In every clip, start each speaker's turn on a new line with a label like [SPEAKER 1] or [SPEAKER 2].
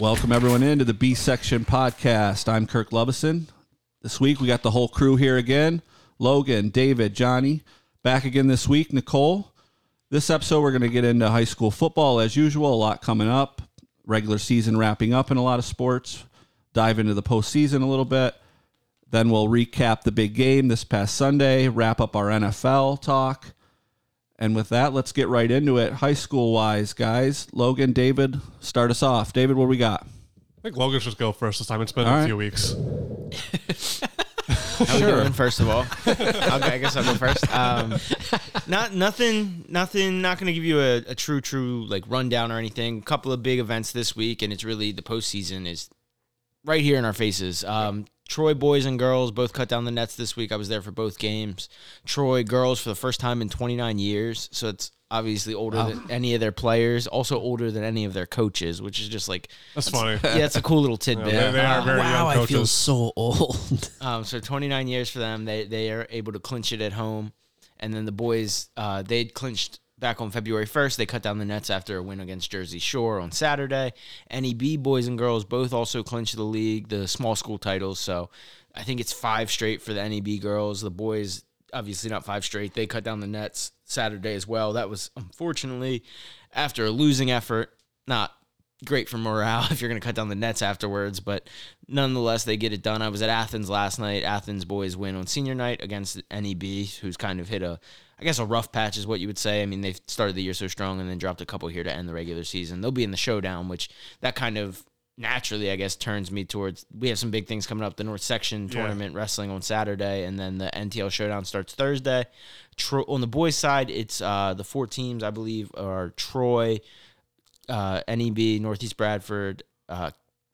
[SPEAKER 1] Welcome everyone into the B Section Podcast. I'm Kirk Lubison. This week we got the whole crew here again. Logan, David, Johnny, back again this week. Nicole. This episode we're going to get into high school football as usual. A lot coming up. Regular season wrapping up in a lot of sports. Dive into the postseason a little bit. Then we'll recap the big game this past Sunday. Wrap up our NFL talk. And with that, let's get right into it. High school wise, guys. Logan, David, start us off. David, what we got?
[SPEAKER 2] I think Logan should go first this time. It's been
[SPEAKER 1] All
[SPEAKER 2] a
[SPEAKER 1] right.
[SPEAKER 2] few weeks.
[SPEAKER 3] How we doing? First of all, okay, I guess I'll go first. Um, not nothing, nothing. Not going to give you a, a true, true like rundown or anything. A couple of big events this week, and it's really the postseason is right here in our faces. Um, Troy boys and girls both cut down the nets this week. I was there for both games. Troy girls for the first time in 29 years, so it's obviously older than any of their players, also older than any of their coaches, which is just like
[SPEAKER 2] That's funny.
[SPEAKER 3] yeah, it's a cool little tidbit. Uh,
[SPEAKER 2] They, they are very
[SPEAKER 4] wow,
[SPEAKER 2] young
[SPEAKER 4] I feel
[SPEAKER 2] coaches.
[SPEAKER 4] so old.
[SPEAKER 3] Um, so 29 years for them. They they are able to clinch it at home, and then the boys uh, they clinched back on February 1st. They cut down the nets after a win against Jersey Shore on Saturday. NEB boys and girls both also clinched the league, the small school titles. So I think it's five straight for the NEB girls. The boys obviously not five straight. They cut down the nets Saturday as well. That was unfortunately after a losing effort, not great for morale if you're going to cut down the nets afterwards but nonetheless they get it done i was at athens last night athens boys win on senior night against neb who's kind of hit a i guess a rough patch is what you would say i mean they've started the year so strong and then dropped a couple here to end the regular season they'll be in the showdown which that kind of naturally i guess turns me towards we have some big things coming up the north section tournament wrestling on saturday and then the ntl showdown starts thursday Tro- on the boys side it's uh, the four teams i believe are troy uh, NEB, Northeast Bradford, uh,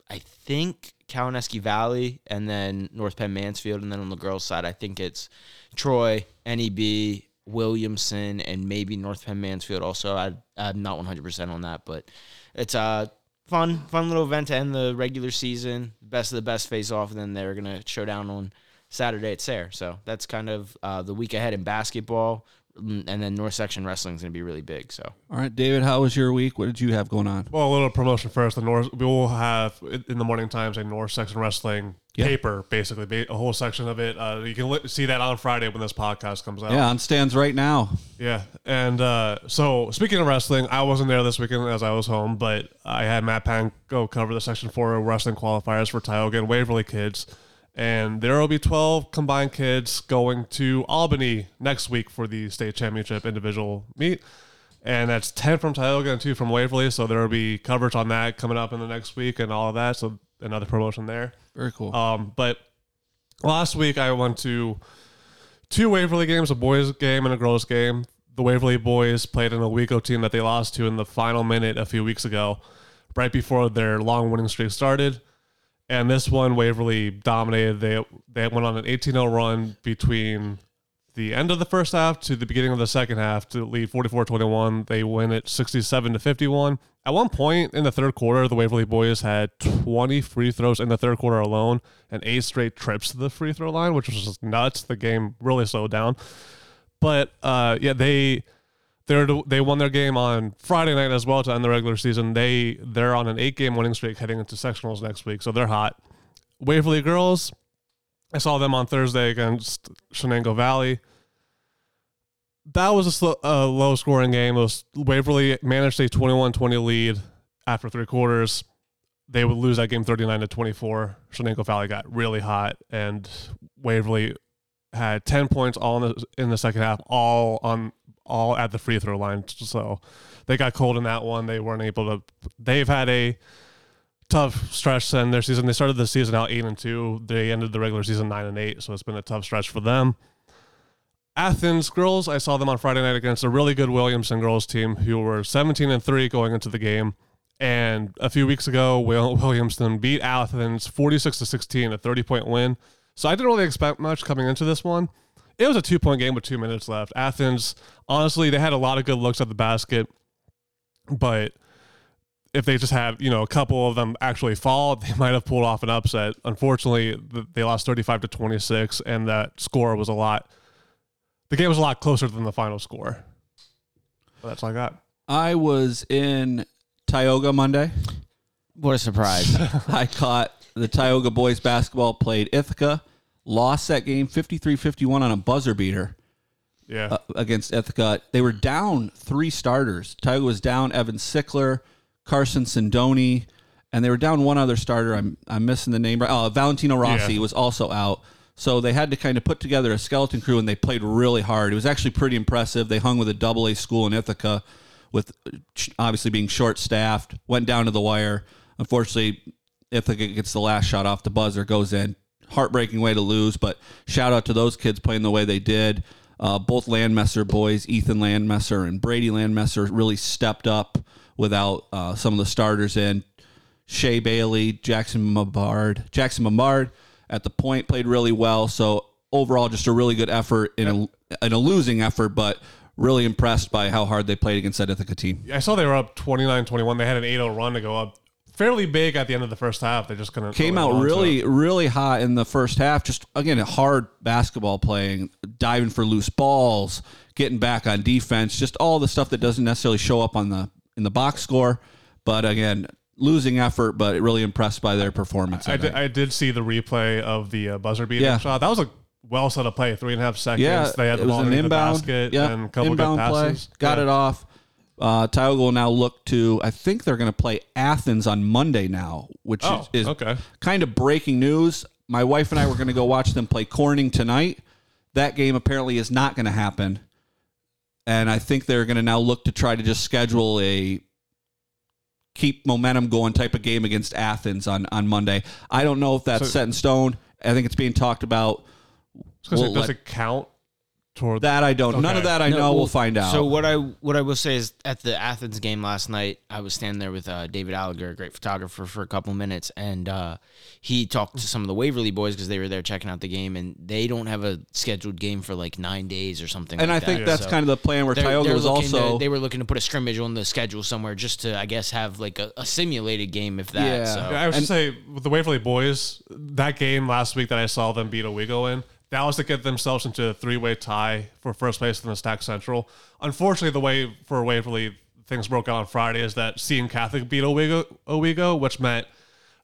[SPEAKER 3] I think Kalineski Valley, and then North Penn Mansfield. And then on the girls' side, I think it's Troy, NEB, Williamson, and maybe North Penn Mansfield. Also, I, I'm not 100% on that, but it's a fun, fun little event to end the regular season. Best of the best face off, and then they're going to show down on Saturday at Sayre. So that's kind of uh, the week ahead in basketball. Mm, And then North Section Wrestling is going to be really big. So.
[SPEAKER 1] All right, David, how was your week? What did you have going on?
[SPEAKER 2] Well, a little promotion first. The North, we will have in in the morning times a North section wrestling
[SPEAKER 1] Yeah.
[SPEAKER 2] paper, basically ba- a whole section of it. Uh, you can li- see that on Friday when this podcast comes out.
[SPEAKER 1] Yeah, on stands right now.
[SPEAKER 2] Yeah. And uh, so, speaking of wrestling, I wasn't there this weekend as I was home, but I had Matt Pan go cover the Section 4 wrestling qualifiers for Tioga and Waverly kids. And there will be 12 combined kids going to Albany next week for the state championship individual meet. And that's 10 from Tioga and 2 from Waverly. So, there will be coverage on that coming up in the next week and all of that. So, another promotion there.
[SPEAKER 1] Very cool.
[SPEAKER 2] Um, but last week I went to two Waverly games, a boys game and a girls game. The Waverly boys played an Owego team that they lost to in the final minute a few weeks ago, right before their long winning streak started. And this one, Waverly dominated. They they went on an 18-0 run between the end of the first half to the beginning of the second half to lead 44-21. They win it 67 to 51. At one point in the third quarter, the Waverly boys had 20 free throws in the third quarter alone and eight straight trips to the free throw line, which was just nuts. The game really slowed down. But uh, yeah, they they're they won their game on Friday night as well to end the regular season. They they're on an eight game winning streak heading into sectionals next week, so they're hot. Waverly girls, I saw them on Thursday against Shenango Valley. That was a slow, uh, low scoring game. It was Waverly managed a 21-20 lead after three quarters. They would lose that game 39 to 24. Shenango Valley got really hot and Waverly had 10 points all in the, in the second half, all on all at the free throw line. So they got cold in that one. They weren't able to. They've had a tough stretch to end their season. They started the season out eight and two. They ended the regular season nine and eight. So it's been a tough stretch for them. Athens girls, I saw them on Friday night against a really good Williamson girls team who were 17 and 3 going into the game. And a few weeks ago, Will Williamson beat Athens 46 to 16, a 30 point win. So I didn't really expect much coming into this one. It was a two point game with two minutes left. Athens, honestly, they had a lot of good looks at the basket, but if they just had you know a couple of them actually fall, they might have pulled off an upset. Unfortunately, th- they lost 35 to 26, and that score was a lot. The game was a lot closer than the final score. But that's all I got.
[SPEAKER 1] I was in Tioga Monday.
[SPEAKER 3] What a surprise.
[SPEAKER 1] I caught the Tioga boys basketball played Ithaca, lost that game 53-51 on a buzzer beater
[SPEAKER 2] Yeah.
[SPEAKER 1] uh, against Ithaca. They were down three starters. Tioga was down Evan Sickler, Carson Sindoni, and they were down one other starter. I'm I'm missing the name. right- Oh, Valentino Rossi
[SPEAKER 2] Yeah.
[SPEAKER 1] was also out. So they had to kind of put together a skeleton crew, and they played really hard. It was actually pretty impressive. They hung with a double A school in Ithaca, with uh, sh- obviously being short staffed. Went down to the wire. Unfortunately, Ithaca gets the last shot off the buzzer, goes in. Heartbreaking way to lose, but shout out to those kids playing the way they did. Uh, both Landmesser boys, Ethan Landmesser and Brady Landmesser, really stepped up without uh, some of the starters in. Shea Bailey, Jackson Mamard, Jackson Mamard at the point played really well. So overall, just a really good effort in a, in a losing effort, but really impressed by how hard they played against that Ithaca team.
[SPEAKER 2] I saw they were up 29 21. They had an 8 0 run to go up fairly big at the end of the first half. They just couldn't.
[SPEAKER 1] Came out
[SPEAKER 2] hold on to
[SPEAKER 1] really,
[SPEAKER 2] it.
[SPEAKER 1] really hot in the first half. Just again, hard basketball playing, diving for loose balls, getting back on defense, just all the stuff that doesn't necessarily show up on the in the box score. But again, losing effort, but really impressed by their performance.
[SPEAKER 2] I
[SPEAKER 1] in
[SPEAKER 2] did,
[SPEAKER 1] it.
[SPEAKER 2] I did see the replay of the uh, buzzer beating
[SPEAKER 1] Yeah.
[SPEAKER 2] shot. That was a well set up play, three and a half seconds.
[SPEAKER 1] Yeah,
[SPEAKER 2] they had the
[SPEAKER 1] it was
[SPEAKER 2] ball
[SPEAKER 1] an
[SPEAKER 2] in the
[SPEAKER 1] inbound,
[SPEAKER 2] basket
[SPEAKER 1] yeah,
[SPEAKER 2] and a couple good
[SPEAKER 1] inbound
[SPEAKER 2] passes.
[SPEAKER 1] play. Got
[SPEAKER 2] Yeah.
[SPEAKER 1] it off. Uh, Tioga will now look to. I think they're going to play Athens on Monday now, which
[SPEAKER 2] Oh,
[SPEAKER 1] is, is
[SPEAKER 2] okay.
[SPEAKER 1] kind of breaking news. My wife and I were going to go watch them play Corning tonight. That game apparently is not going to happen, and I think they're going to now look to try to just schedule a keep momentum going type of game against Athens on on Monday. I don't know if that's
[SPEAKER 2] So-
[SPEAKER 1] set in stone. I think it's being talked about.
[SPEAKER 2] Because
[SPEAKER 1] We'll
[SPEAKER 2] it
[SPEAKER 1] let-
[SPEAKER 2] doesn't count toward
[SPEAKER 1] That I don't. None
[SPEAKER 2] Okay.
[SPEAKER 1] of that I
[SPEAKER 3] No,
[SPEAKER 1] know. We'll,
[SPEAKER 3] well,
[SPEAKER 1] find out.
[SPEAKER 3] So what I what I will say is at the Athens game last night, I was standing there with uh, David Alliger, a great photographer, for a couple minutes, and uh, he talked to some of the Waverly boys because they were there checking out the game, and they don't have a scheduled game for like nine days or something.
[SPEAKER 1] and I
[SPEAKER 3] like
[SPEAKER 1] think
[SPEAKER 3] that.
[SPEAKER 1] that's
[SPEAKER 3] So
[SPEAKER 1] kind of the plan where
[SPEAKER 3] they're-
[SPEAKER 1] Tioga
[SPEAKER 3] they're
[SPEAKER 1] was
[SPEAKER 3] looking to-
[SPEAKER 1] also
[SPEAKER 3] they were looking to put a scrimmage on the schedule somewhere just to I guess have like a, a simulated game if that.
[SPEAKER 1] Yeah.
[SPEAKER 3] So.
[SPEAKER 2] Yeah, I was just say with the Waverly boys, that game last week that I saw them beat Owego in, that was to get themselves into a three-way tie for first place in the Stack Central. Unfortunately, the way for Waverly things broke out on Friday is that Seton Catholic beat Owego, Owego, which meant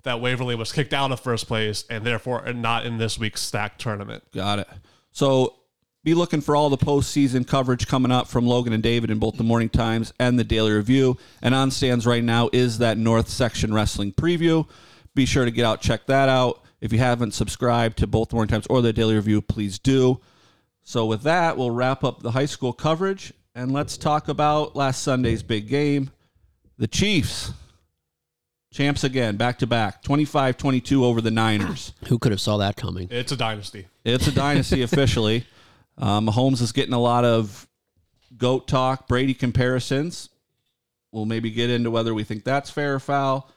[SPEAKER 2] that Waverly was kicked out of first place and therefore not in this week's Stack tournament.
[SPEAKER 1] got it. So be looking for all the postseason coverage coming up from Logan and David in both the Morning Times and the Daily Review. And on stands right now is that North Section Wrestling preview. Be sure to get out, check that out. If you haven't subscribed to both the Morning Times or the Daily Review, please do. So with that, we'll wrap up the high school coverage and let's talk about last Sunday's big game. The Chiefs. Champs again, back to back, 25-22 over the Niners.
[SPEAKER 4] Who could have saw that coming?
[SPEAKER 2] It's a dynasty.
[SPEAKER 1] It's a dynasty officially. Um, Mahomes is getting a lot of goat talk, Brady comparisons. We'll maybe get into whether we think that's fair or foul.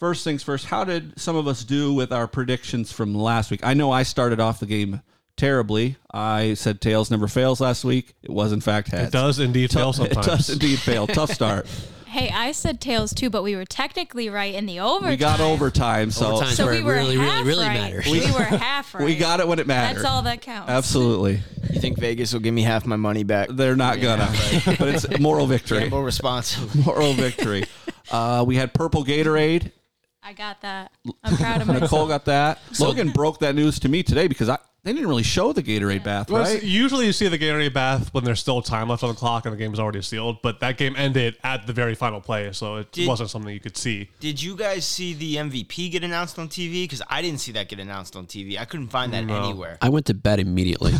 [SPEAKER 1] First things first, how did some of us do with our predictions from last week? I know I started off the game terribly. I said tails never fails last week. It was in fact heads.
[SPEAKER 2] It does indeed fail
[SPEAKER 1] It
[SPEAKER 2] sometimes.
[SPEAKER 1] does indeed fail. Tough start.
[SPEAKER 5] Hey, I said tails too, but we were technically right in the overtime.
[SPEAKER 1] we got overtime, so
[SPEAKER 4] Overtime.
[SPEAKER 5] So
[SPEAKER 4] Where
[SPEAKER 5] we
[SPEAKER 4] it
[SPEAKER 5] were
[SPEAKER 4] really, really,
[SPEAKER 5] half
[SPEAKER 4] really
[SPEAKER 5] right.
[SPEAKER 4] matters.
[SPEAKER 5] We were half right.
[SPEAKER 1] we got it when it mattered.
[SPEAKER 5] That's all that counts.
[SPEAKER 1] Absolutely.
[SPEAKER 3] You think Vegas will give me half my money back?
[SPEAKER 1] They're not gonna, but it's moral victory.
[SPEAKER 3] Yeah, more responsible.
[SPEAKER 1] moral victory. Uh, we had purple Gatorade.
[SPEAKER 5] I got that. I'm proud of myself.
[SPEAKER 1] Nicole got that. Logan broke that news to me today because I they didn't really show the Gatorade bath,
[SPEAKER 2] Well,
[SPEAKER 1] right?
[SPEAKER 2] Usually you see the Gatorade bath when there's still time left on the clock and the game's already sealed, but that game ended at the very final play, so it
[SPEAKER 3] Did-
[SPEAKER 2] wasn't something you could see.
[SPEAKER 3] Did you guys see the MVP get announced on TV? Because I didn't see that get announced on TV. I couldn't find that anywhere.
[SPEAKER 4] I went to bed immediately.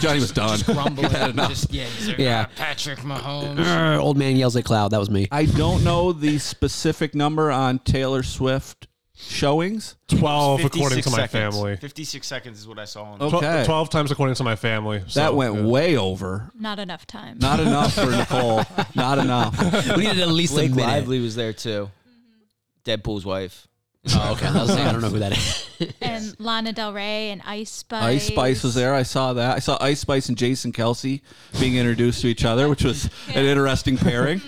[SPEAKER 1] Johnny was done.
[SPEAKER 3] Grumbling,
[SPEAKER 1] Had enough.
[SPEAKER 3] just, yeah, he's like,
[SPEAKER 4] Yeah.
[SPEAKER 3] "Ah, Patrick Mahomes.
[SPEAKER 4] Arr, Old man yells at cloud. That was me.
[SPEAKER 1] I don't know the specific number on Taylor Swift showings.
[SPEAKER 2] 12 according
[SPEAKER 3] 56
[SPEAKER 2] to my
[SPEAKER 3] seconds.
[SPEAKER 2] family.
[SPEAKER 3] 56 seconds is what I saw. On
[SPEAKER 1] Oh,
[SPEAKER 3] oh.
[SPEAKER 2] Tw-
[SPEAKER 1] Okay.
[SPEAKER 2] 12 times according to my family. so,
[SPEAKER 1] That went
[SPEAKER 2] yeah.
[SPEAKER 1] way over.
[SPEAKER 5] Not enough time.
[SPEAKER 1] Not enough for Nicole. Not enough.
[SPEAKER 4] We needed at least a
[SPEAKER 3] Blake
[SPEAKER 4] minute.
[SPEAKER 3] Lively was there too. Deadpool's wife.
[SPEAKER 4] Oh, okay. I was saying, I don't know who that is.
[SPEAKER 5] and Lana Del Rey and Ice Spice.
[SPEAKER 1] Ice Spice was there. I saw that. I saw Ice Spice and Jason Kelsey being introduced to each other, which was an interesting pairing.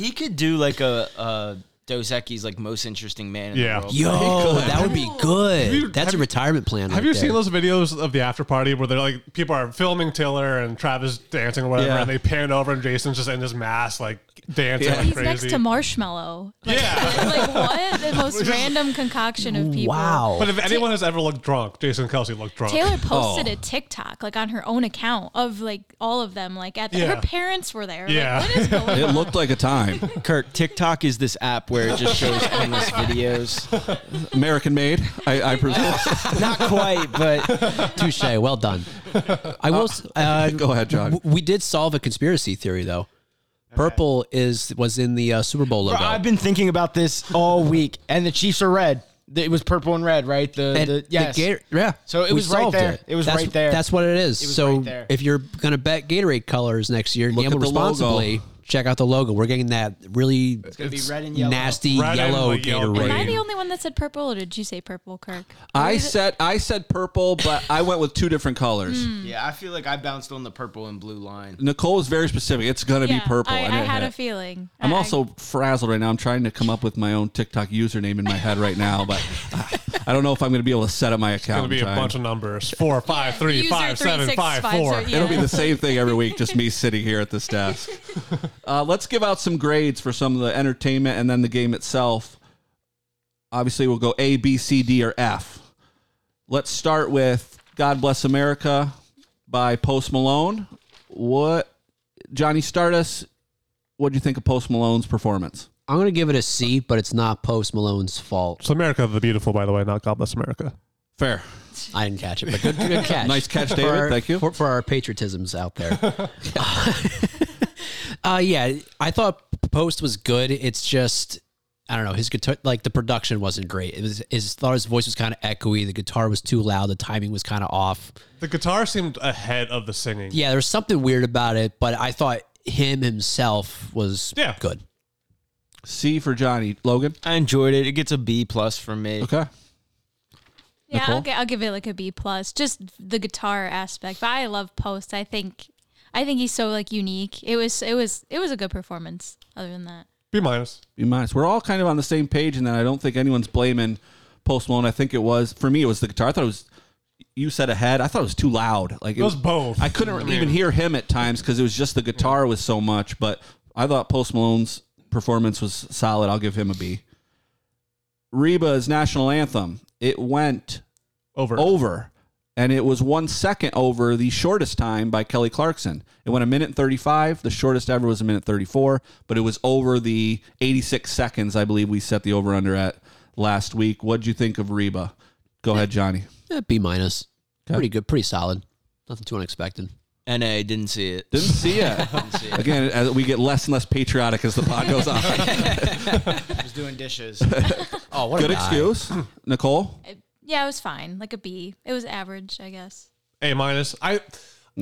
[SPEAKER 3] He could do like a, a Dos Equis like most interesting man. In
[SPEAKER 2] Yeah.
[SPEAKER 3] The world.
[SPEAKER 4] Yo, that would be good.
[SPEAKER 2] you-
[SPEAKER 4] That's
[SPEAKER 2] have
[SPEAKER 4] a
[SPEAKER 2] you-
[SPEAKER 4] retirement plan.
[SPEAKER 2] Have
[SPEAKER 4] right
[SPEAKER 2] you
[SPEAKER 4] there.
[SPEAKER 2] seen those videos of the after party where they're like people are filming Taylor and Travis dancing or whatever,
[SPEAKER 1] Yeah.
[SPEAKER 2] and they pan over and Jason's just in his mask like dancing like
[SPEAKER 5] He's
[SPEAKER 2] crazy.
[SPEAKER 5] next to Marshmallow. Like,
[SPEAKER 2] yeah.
[SPEAKER 5] like what? The most random concoction of people.
[SPEAKER 4] Wow.
[SPEAKER 2] But if anyone has ever looked drunk, Jason Kelsey looked drunk.
[SPEAKER 5] Taylor
[SPEAKER 1] Oh.
[SPEAKER 5] posted a TikTok like on her own account of like all of them. Like at the,
[SPEAKER 2] Yeah.
[SPEAKER 5] her parents were there.
[SPEAKER 2] Yeah.
[SPEAKER 5] Like, what is going
[SPEAKER 1] It
[SPEAKER 5] on?
[SPEAKER 1] looked like a time.
[SPEAKER 3] Kirk, TikTok is this app where it just shows endless videos.
[SPEAKER 1] American made, I, I presume.
[SPEAKER 3] Not quite, but
[SPEAKER 4] Touche. Well done. I will. s- Uh,
[SPEAKER 1] Go ahead, John.
[SPEAKER 4] w- We did solve a conspiracy theory though. Purple is was in the uh, Super Bowl logo.
[SPEAKER 3] I've been thinking about this all week, and the Chiefs are red. It was purple and red, right? The,
[SPEAKER 4] And
[SPEAKER 3] the yes.
[SPEAKER 4] Gator- yeah.
[SPEAKER 3] So it
[SPEAKER 4] we
[SPEAKER 3] was right
[SPEAKER 4] solved
[SPEAKER 3] there. It was
[SPEAKER 4] that's,
[SPEAKER 3] right there.
[SPEAKER 4] That's what it is.
[SPEAKER 3] was
[SPEAKER 4] so
[SPEAKER 3] right there.
[SPEAKER 4] if you're gonna bet Gatorade colors next year,
[SPEAKER 1] Look
[SPEAKER 4] gamble
[SPEAKER 1] at the logo.
[SPEAKER 4] responsibly. Check out the logo. We're getting that really
[SPEAKER 3] gonna be red and yellow.
[SPEAKER 4] nasty
[SPEAKER 2] Red and
[SPEAKER 4] yellow
[SPEAKER 2] like yellow.
[SPEAKER 5] Am I
[SPEAKER 4] Gatorade.
[SPEAKER 5] the only one that said purple, or did you say purple, Kirk?
[SPEAKER 1] I said I said purple, but I went with two different colors.
[SPEAKER 5] Hmm.
[SPEAKER 3] Yeah, I feel like I bounced on the purple and blue line.
[SPEAKER 1] Nicole is very specific. It's gonna be
[SPEAKER 5] Yeah,
[SPEAKER 1] purple.
[SPEAKER 5] I, I
[SPEAKER 1] and it
[SPEAKER 5] had
[SPEAKER 1] had-
[SPEAKER 5] a feeling.
[SPEAKER 1] I'm
[SPEAKER 5] I- I-
[SPEAKER 1] also frazzled right now. I'm trying to come up with my own TikTok username in my head right now, but I, I don't know if I'm going to be able to set up my account.
[SPEAKER 2] It'll be
[SPEAKER 1] in time.
[SPEAKER 2] a bunch of numbers. Four, five, three,
[SPEAKER 5] User
[SPEAKER 2] five, seven,
[SPEAKER 5] 3655,
[SPEAKER 2] five, four.
[SPEAKER 5] so, yeah.
[SPEAKER 1] It'll be the same thing every week, just me sitting here at this desk. Uh, let's give out some grades for some of the entertainment and then the game itself. Obviously, we'll go A, B, C, D, or F. Let's start with God Bless America by Post Malone. What, Johnny Stardust, what do you think of Post Malone's performance?
[SPEAKER 4] I'm gonna give it a C, but it's not Post Malone's fault.
[SPEAKER 2] It's America the Beautiful, by the way, not God Bless America.
[SPEAKER 1] Fair.
[SPEAKER 4] I didn't catch it, but good, good catch.
[SPEAKER 1] Nice catch,
[SPEAKER 4] For
[SPEAKER 1] David.
[SPEAKER 4] our-
[SPEAKER 1] Thank you.
[SPEAKER 4] for, for our patriotisms out there. uh, yeah, I thought Post was good. It's just I don't know his guitar, like the production wasn't great. It was his thought his voice was kind of echoey. The guitar was too loud. The timing was kind of off.
[SPEAKER 2] The guitar seemed ahead of the singing.
[SPEAKER 4] Yeah, there was something weird about it, but I thought him himself was
[SPEAKER 2] Yeah.
[SPEAKER 4] good.
[SPEAKER 1] C for Johnny. Logan?
[SPEAKER 3] I enjoyed it. It gets a B plus from me.
[SPEAKER 1] Okay.
[SPEAKER 5] Yeah,
[SPEAKER 1] Nicole?
[SPEAKER 5] I'll, gi- I'll give it like a B plus. Just the guitar aspect, but I love Post. I think, I think he's so like unique. It was, it was, it was a good performance. Other than that,
[SPEAKER 2] B minus.
[SPEAKER 1] Be minus. We're all kind of on the same page, and then I don't think anyone's blaming Post Malone. I think it was for me. It was the guitar. I thought it was. You said ahead. I thought it was too loud. Like it,
[SPEAKER 2] It was both.
[SPEAKER 1] I couldn't even hear him at times because it was just the guitar was so much. But I thought Post Malone's performance was solid. I'll give him a B. Reba's national anthem. It went
[SPEAKER 2] Over.
[SPEAKER 1] over, and it was one second over the shortest time by Kelly Clarkson. It went a minute and 35. The shortest ever was a minute 34, but it was over the 86 seconds, I believe we set the over under at last week. What'd you think of Reba? Go ahead, Johnny.
[SPEAKER 4] Eh, B minus, pretty good, pretty solid. Nothing too unexpected.
[SPEAKER 3] NA didn't see it.
[SPEAKER 1] Didn't see it. Again, as we get less and less patriotic as the pod goes on.
[SPEAKER 3] I was doing dishes.
[SPEAKER 4] Oh, what
[SPEAKER 1] Good excuse. Nicole?
[SPEAKER 5] It- yeah, it was fine. Like a B. It was average, I guess.
[SPEAKER 2] A minus. I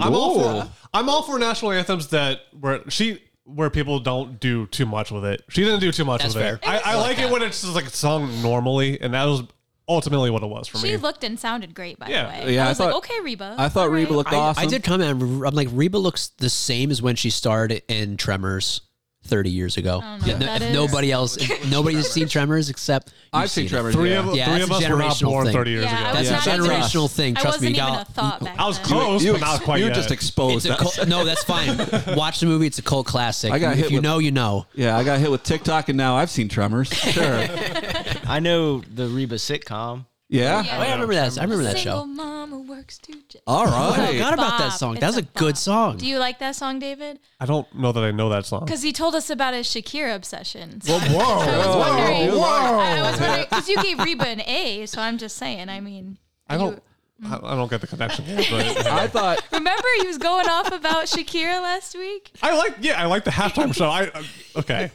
[SPEAKER 2] I'm all
[SPEAKER 1] Whoa.
[SPEAKER 2] for I'm all for national anthems that where she where people don't do too much with it. She didn't do too much
[SPEAKER 4] That's
[SPEAKER 2] with it.
[SPEAKER 4] fair.
[SPEAKER 2] I, I like it when it's just like sung normally, and that was ultimately what it was for
[SPEAKER 5] She
[SPEAKER 2] me.
[SPEAKER 5] looked and sounded great, by
[SPEAKER 2] Yeah.
[SPEAKER 5] the way.
[SPEAKER 1] Yeah, I
[SPEAKER 5] I was
[SPEAKER 1] thought-
[SPEAKER 5] like, okay, Reba.
[SPEAKER 1] I thought
[SPEAKER 5] all
[SPEAKER 1] Reba
[SPEAKER 5] right.
[SPEAKER 1] looked
[SPEAKER 4] I,
[SPEAKER 1] awesome.
[SPEAKER 4] I did comment. I'm like, Reba looks the same as when she starred in Tremors 30 years ago.
[SPEAKER 5] I
[SPEAKER 4] No-
[SPEAKER 5] don't know what Oh that
[SPEAKER 4] if
[SPEAKER 5] is.
[SPEAKER 4] nobody else, nobody has seen Tremors except you've
[SPEAKER 1] I've seen
[SPEAKER 4] it.
[SPEAKER 1] Trevor.
[SPEAKER 2] three
[SPEAKER 1] yeah.
[SPEAKER 2] of
[SPEAKER 4] Yeah,
[SPEAKER 2] three
[SPEAKER 4] that's
[SPEAKER 2] of
[SPEAKER 4] a
[SPEAKER 2] us were not
[SPEAKER 4] generational
[SPEAKER 2] born
[SPEAKER 4] thing.
[SPEAKER 2] thirty years
[SPEAKER 5] Yeah, I
[SPEAKER 2] ago.
[SPEAKER 5] was
[SPEAKER 4] That's a
[SPEAKER 5] not even-
[SPEAKER 4] generational thing.
[SPEAKER 5] I
[SPEAKER 4] Trust me,
[SPEAKER 5] wasn't even
[SPEAKER 4] y'all-
[SPEAKER 5] a thought back
[SPEAKER 2] I was
[SPEAKER 5] then.
[SPEAKER 2] close,
[SPEAKER 1] You,
[SPEAKER 2] but not quite
[SPEAKER 1] you
[SPEAKER 2] yet.
[SPEAKER 1] just exposed
[SPEAKER 4] It's a
[SPEAKER 1] that.
[SPEAKER 4] cult, no, that's fine. Watch the movie; it's a cult classic.
[SPEAKER 1] I got
[SPEAKER 4] if
[SPEAKER 1] hit
[SPEAKER 4] you
[SPEAKER 1] with-
[SPEAKER 4] know, you know.
[SPEAKER 1] Yeah, I got hit with TikTok and now I've seen Tremors. Sure.
[SPEAKER 3] I know the Reba sitcom.
[SPEAKER 1] Yeah.
[SPEAKER 4] Oh, yeah, I remember that. I remember that
[SPEAKER 5] Single
[SPEAKER 4] show.
[SPEAKER 5] mama works two j-
[SPEAKER 1] All
[SPEAKER 4] I
[SPEAKER 1] right.
[SPEAKER 4] forgot about that
[SPEAKER 5] Bob.
[SPEAKER 4] song. That
[SPEAKER 5] It's
[SPEAKER 4] was a
[SPEAKER 5] a
[SPEAKER 4] good
[SPEAKER 5] Bob.
[SPEAKER 4] song.
[SPEAKER 5] Do you like that song, David?
[SPEAKER 2] I don't know that I know that song.
[SPEAKER 5] Because he told us about his Shakira obsession. So
[SPEAKER 2] Whoa,
[SPEAKER 5] I was wondering.
[SPEAKER 1] whoa.
[SPEAKER 5] I I was wondering because you gave Reba an A, so I'm just saying. I mean,
[SPEAKER 2] I don't. I
[SPEAKER 5] Mm-hmm.
[SPEAKER 2] I don't get the connection. But
[SPEAKER 1] I thought
[SPEAKER 5] remember he was going off about Shakira last week.
[SPEAKER 2] I like, yeah, I like the halftime show. I uh, okay.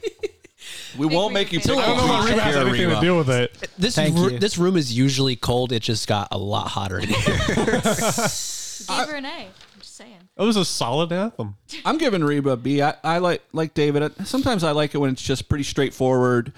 [SPEAKER 1] we won't
[SPEAKER 5] we
[SPEAKER 1] make you
[SPEAKER 5] can
[SPEAKER 1] pick
[SPEAKER 2] I don't
[SPEAKER 1] between
[SPEAKER 2] know if Reba has
[SPEAKER 1] Shakira or
[SPEAKER 2] anything to
[SPEAKER 1] Reba.
[SPEAKER 2] do with it.
[SPEAKER 4] This
[SPEAKER 3] Thank
[SPEAKER 4] ru-
[SPEAKER 3] you.
[SPEAKER 4] this room is usually cold. It just got a lot hotter in here.
[SPEAKER 5] You gave her an A. I'm just saying.
[SPEAKER 2] It was a solid anthem.
[SPEAKER 1] I'm giving Reba a B. I, I like like David. I- Sometimes I like it when it's just pretty straightforward,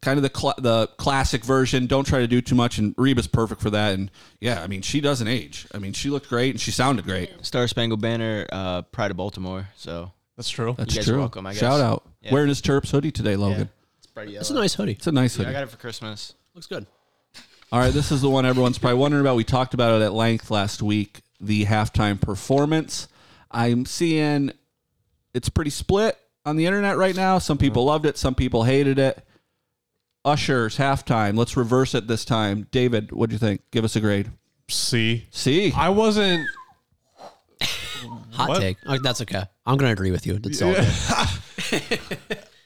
[SPEAKER 1] kind of the cl- the classic version. Don't try to do too much, and Reba's perfect for that. And yeah, I mean, she doesn't age. I mean, she looked great and she sounded great.
[SPEAKER 3] Star Spangled Banner, uh, Pride of Baltimore. So
[SPEAKER 2] That's true.
[SPEAKER 1] That's
[SPEAKER 3] guys are
[SPEAKER 1] true.
[SPEAKER 3] welcome, I guess.
[SPEAKER 1] Shout out.
[SPEAKER 3] Yeah.
[SPEAKER 1] Wearing his Terps hoodie today, Logan.
[SPEAKER 3] bright yellow.
[SPEAKER 4] It's a nice hoodie.
[SPEAKER 1] It's a nice hoodie.
[SPEAKER 3] I got it for Christmas.
[SPEAKER 4] Looks good.
[SPEAKER 1] All right, this is the one everyone's probably wondering about. We talked about it at length last week. The halftime performance. I'm seeing it's pretty split on the internet right now. Some people loved it, some people hated it. Usher's halftime. Let's reverse it this time. David, what do you think? Give us a grade.
[SPEAKER 2] See,
[SPEAKER 1] See,
[SPEAKER 2] I wasn't.
[SPEAKER 4] Hot
[SPEAKER 2] What?
[SPEAKER 4] take. Oh, that's okay. I'm gonna agree with you. That's all good.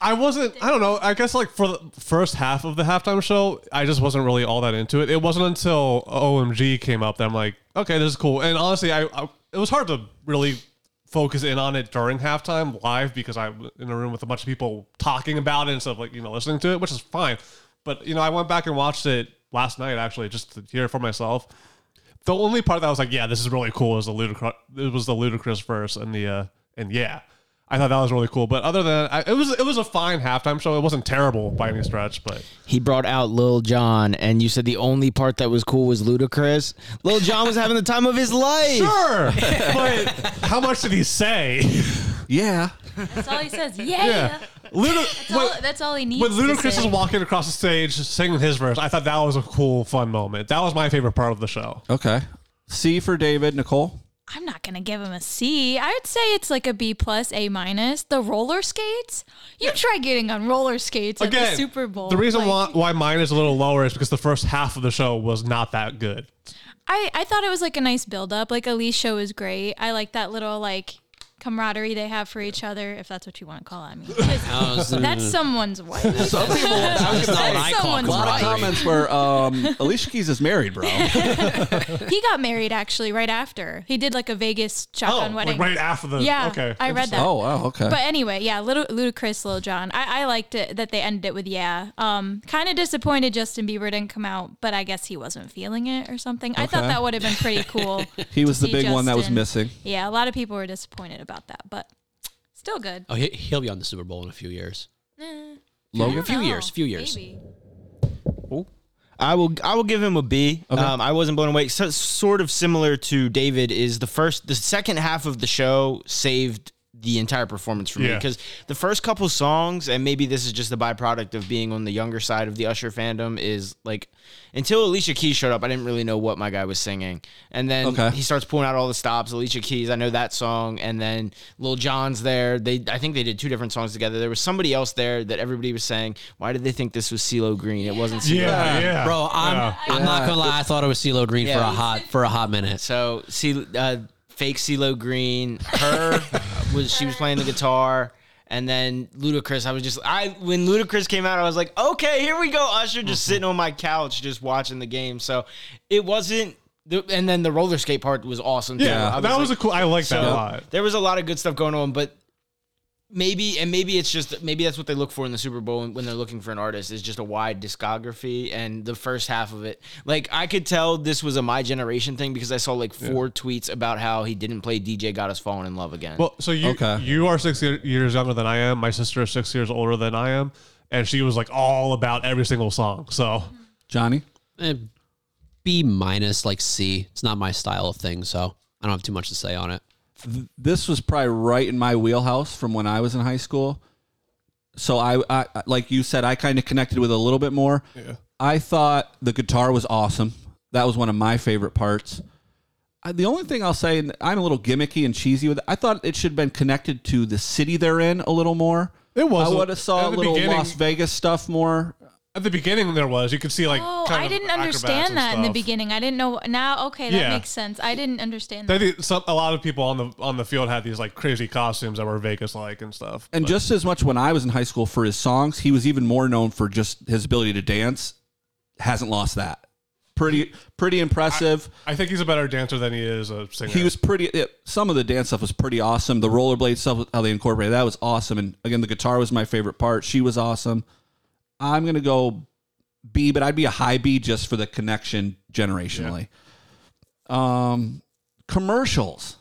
[SPEAKER 2] I wasn't. I don't know. I guess like for the first half of the halftime show, I just wasn't really all that into it. It wasn't until OMG came up that I'm like, okay, this is cool. And honestly, I, I it was hard to really focus in on it during halftime live because I'm in a room with a bunch of people talking about it instead of like you know listening to it, which is fine. But you know, I went back and watched it last night actually just to hear it for myself. The only part that I was like, yeah, this is really cool is the ludicrous. It was the ludicrous verse and the uh, and yeah, I thought that was really cool. But other than I, it was it was a fine halftime show. It wasn't terrible by any stretch, but
[SPEAKER 3] He brought out Lil Jon, and you said the only part that was cool was Ludacris. Lil Jon was having the time of his life.
[SPEAKER 2] sure. but how much did he say?
[SPEAKER 1] yeah.
[SPEAKER 5] That's all he says. Yeah.
[SPEAKER 2] Luda,
[SPEAKER 5] That's, all, that's all he needs.
[SPEAKER 2] when
[SPEAKER 5] to
[SPEAKER 2] Ludacris
[SPEAKER 5] say.
[SPEAKER 2] is walking across the stage singing his verse, I thought that was a cool, fun moment. That was my favorite part of the show.
[SPEAKER 1] Okay. C for David, Nicole.
[SPEAKER 5] I'm not gonna give him a C. I would say it's like a B plus, A minus. The roller skates. You try getting on roller skates at
[SPEAKER 2] Again,
[SPEAKER 5] the Super Bowl.
[SPEAKER 2] the reason
[SPEAKER 5] Like,
[SPEAKER 2] why, why mine is a little lower is because the first half of the show was not that good.
[SPEAKER 5] I I thought it was like a nice build up. Like Alicia was great. I like that little like camaraderie they have for each other, if that's what you want to call it. I mean, 'cause that's someone's wife.
[SPEAKER 1] Some people
[SPEAKER 4] That's not what I
[SPEAKER 5] That's
[SPEAKER 4] call
[SPEAKER 5] someone's
[SPEAKER 1] a lot of
[SPEAKER 4] camaraderie.
[SPEAKER 1] comments where um, Alicia Keys is married, bro.
[SPEAKER 5] he got married actually right after. He did like a Vegas shotgun
[SPEAKER 2] Oh,
[SPEAKER 5] wedding.
[SPEAKER 2] like right after the
[SPEAKER 5] yeah,
[SPEAKER 2] okay.
[SPEAKER 5] I read that.
[SPEAKER 1] Oh wow, okay.
[SPEAKER 5] But anyway, yeah, little Ludacris, Lil John. I, I liked it that they ended it with yeah. Um, kind of disappointed Justin Bieber didn't come out, but I guess he wasn't feeling it or something. I thought
[SPEAKER 1] Okay.
[SPEAKER 5] that would have been pretty cool.
[SPEAKER 1] he was the
[SPEAKER 5] see
[SPEAKER 1] big one that was
[SPEAKER 5] Justin.
[SPEAKER 1] missing.
[SPEAKER 5] yeah, a lot of people were disappointed about that, but still good.
[SPEAKER 4] Oh, he, he'll be on the Super Bowl in a few years.
[SPEAKER 5] I
[SPEAKER 4] Logan,
[SPEAKER 5] don't
[SPEAKER 4] a few
[SPEAKER 5] know.
[SPEAKER 4] years, few years.
[SPEAKER 5] Maybe.
[SPEAKER 3] I will. I will give him a B. Um, I wasn't blown away. So, sort of similar to David is the first, the second half of the show saved the entire performance for me
[SPEAKER 2] Yeah.
[SPEAKER 3] because the first couple songs, and maybe this is just the byproduct of being on the younger side of the Usher fandom, is like until Alicia Keys showed up, I didn't really know what my guy was singing, and then
[SPEAKER 1] Okay.
[SPEAKER 3] he starts pulling out all the stops. Alicia Keys, I know that song, and then Lil Jon's there. They, I think they did two different songs together. There was somebody else there that everybody was saying, "Why did they think this was CeeLo Green? It wasn't CeeLo."
[SPEAKER 2] Yeah, yeah.
[SPEAKER 4] Bro, I'm I'm not gonna lie. I thought it was CeeLo Green for
[SPEAKER 3] Yeah.
[SPEAKER 4] a hot for a hot minute.
[SPEAKER 3] So, see, uh, fake CeeLo Green, her was she was playing the guitar, and then Ludacris. I was just I when Ludacris came out, I was like, okay, here we go. Usher just
[SPEAKER 2] Mm-hmm.
[SPEAKER 3] sitting on my couch, just watching the game. So, it wasn't. The, and then the roller skate part was awesome. too.
[SPEAKER 2] Yeah,
[SPEAKER 3] I
[SPEAKER 2] that was
[SPEAKER 3] like-
[SPEAKER 2] a cool. I like that a
[SPEAKER 3] so
[SPEAKER 2] lot.
[SPEAKER 3] There was a lot of good stuff going on, but maybe and maybe it's just maybe that's what they look for in the Super Bowl when they're looking for an artist is just a wide discography and the first half of it. Like I could tell this was a my generation thing because I saw like four tweets about how he didn't play DJ Got Us Falling in Love again.
[SPEAKER 2] Well, so you
[SPEAKER 1] Okay.
[SPEAKER 2] you are six year- years younger than I am. My sister is six years older than I am, and she was like all about every single song. So
[SPEAKER 1] Johnny.
[SPEAKER 4] Eh, B minus like C. It's not my style of thing, so I don't have too much to say on it.
[SPEAKER 1] this was probably right in my wheelhouse from when I was in high school. So I, I like you said, I kind of connected with it a little bit more. I thought the guitar was awesome. That was one of my favorite parts. I, the only thing I'll say, and I'm a little gimmicky and cheesy with it. I thought it should have been connected to the city they're in a little more.
[SPEAKER 2] It wasn't.
[SPEAKER 1] I would have saw
[SPEAKER 2] At
[SPEAKER 1] a
[SPEAKER 2] the
[SPEAKER 1] little
[SPEAKER 2] beginning-
[SPEAKER 1] Las Vegas stuff more.
[SPEAKER 2] at the beginning, there was you could see like
[SPEAKER 5] Oh,
[SPEAKER 2] kind
[SPEAKER 5] I
[SPEAKER 2] of
[SPEAKER 5] didn't
[SPEAKER 2] acrobats
[SPEAKER 5] understand
[SPEAKER 2] and
[SPEAKER 5] that in the
[SPEAKER 2] stuff.
[SPEAKER 5] beginning. I didn't know. Now, okay, that
[SPEAKER 2] Yeah.
[SPEAKER 5] makes sense. I didn't understand
[SPEAKER 2] I
[SPEAKER 5] that.
[SPEAKER 2] think some, a lot of people on the on the field had these like crazy costumes that were Vegas like and stuff.
[SPEAKER 1] And just as much when I was in high school for his songs, he was even more known for just his ability to dance. Hasn't lost that. Pretty, pretty impressive.
[SPEAKER 2] I think he's a better dancer than he is a singer.
[SPEAKER 1] he was pretty. It, some of the dance stuff was pretty awesome. The rollerblade stuff, how they incorporated that was awesome. And again, the guitar was my favorite part. She was awesome. I'm gonna go B, but I'd be a high B just for the connection generationally. Um, commercials.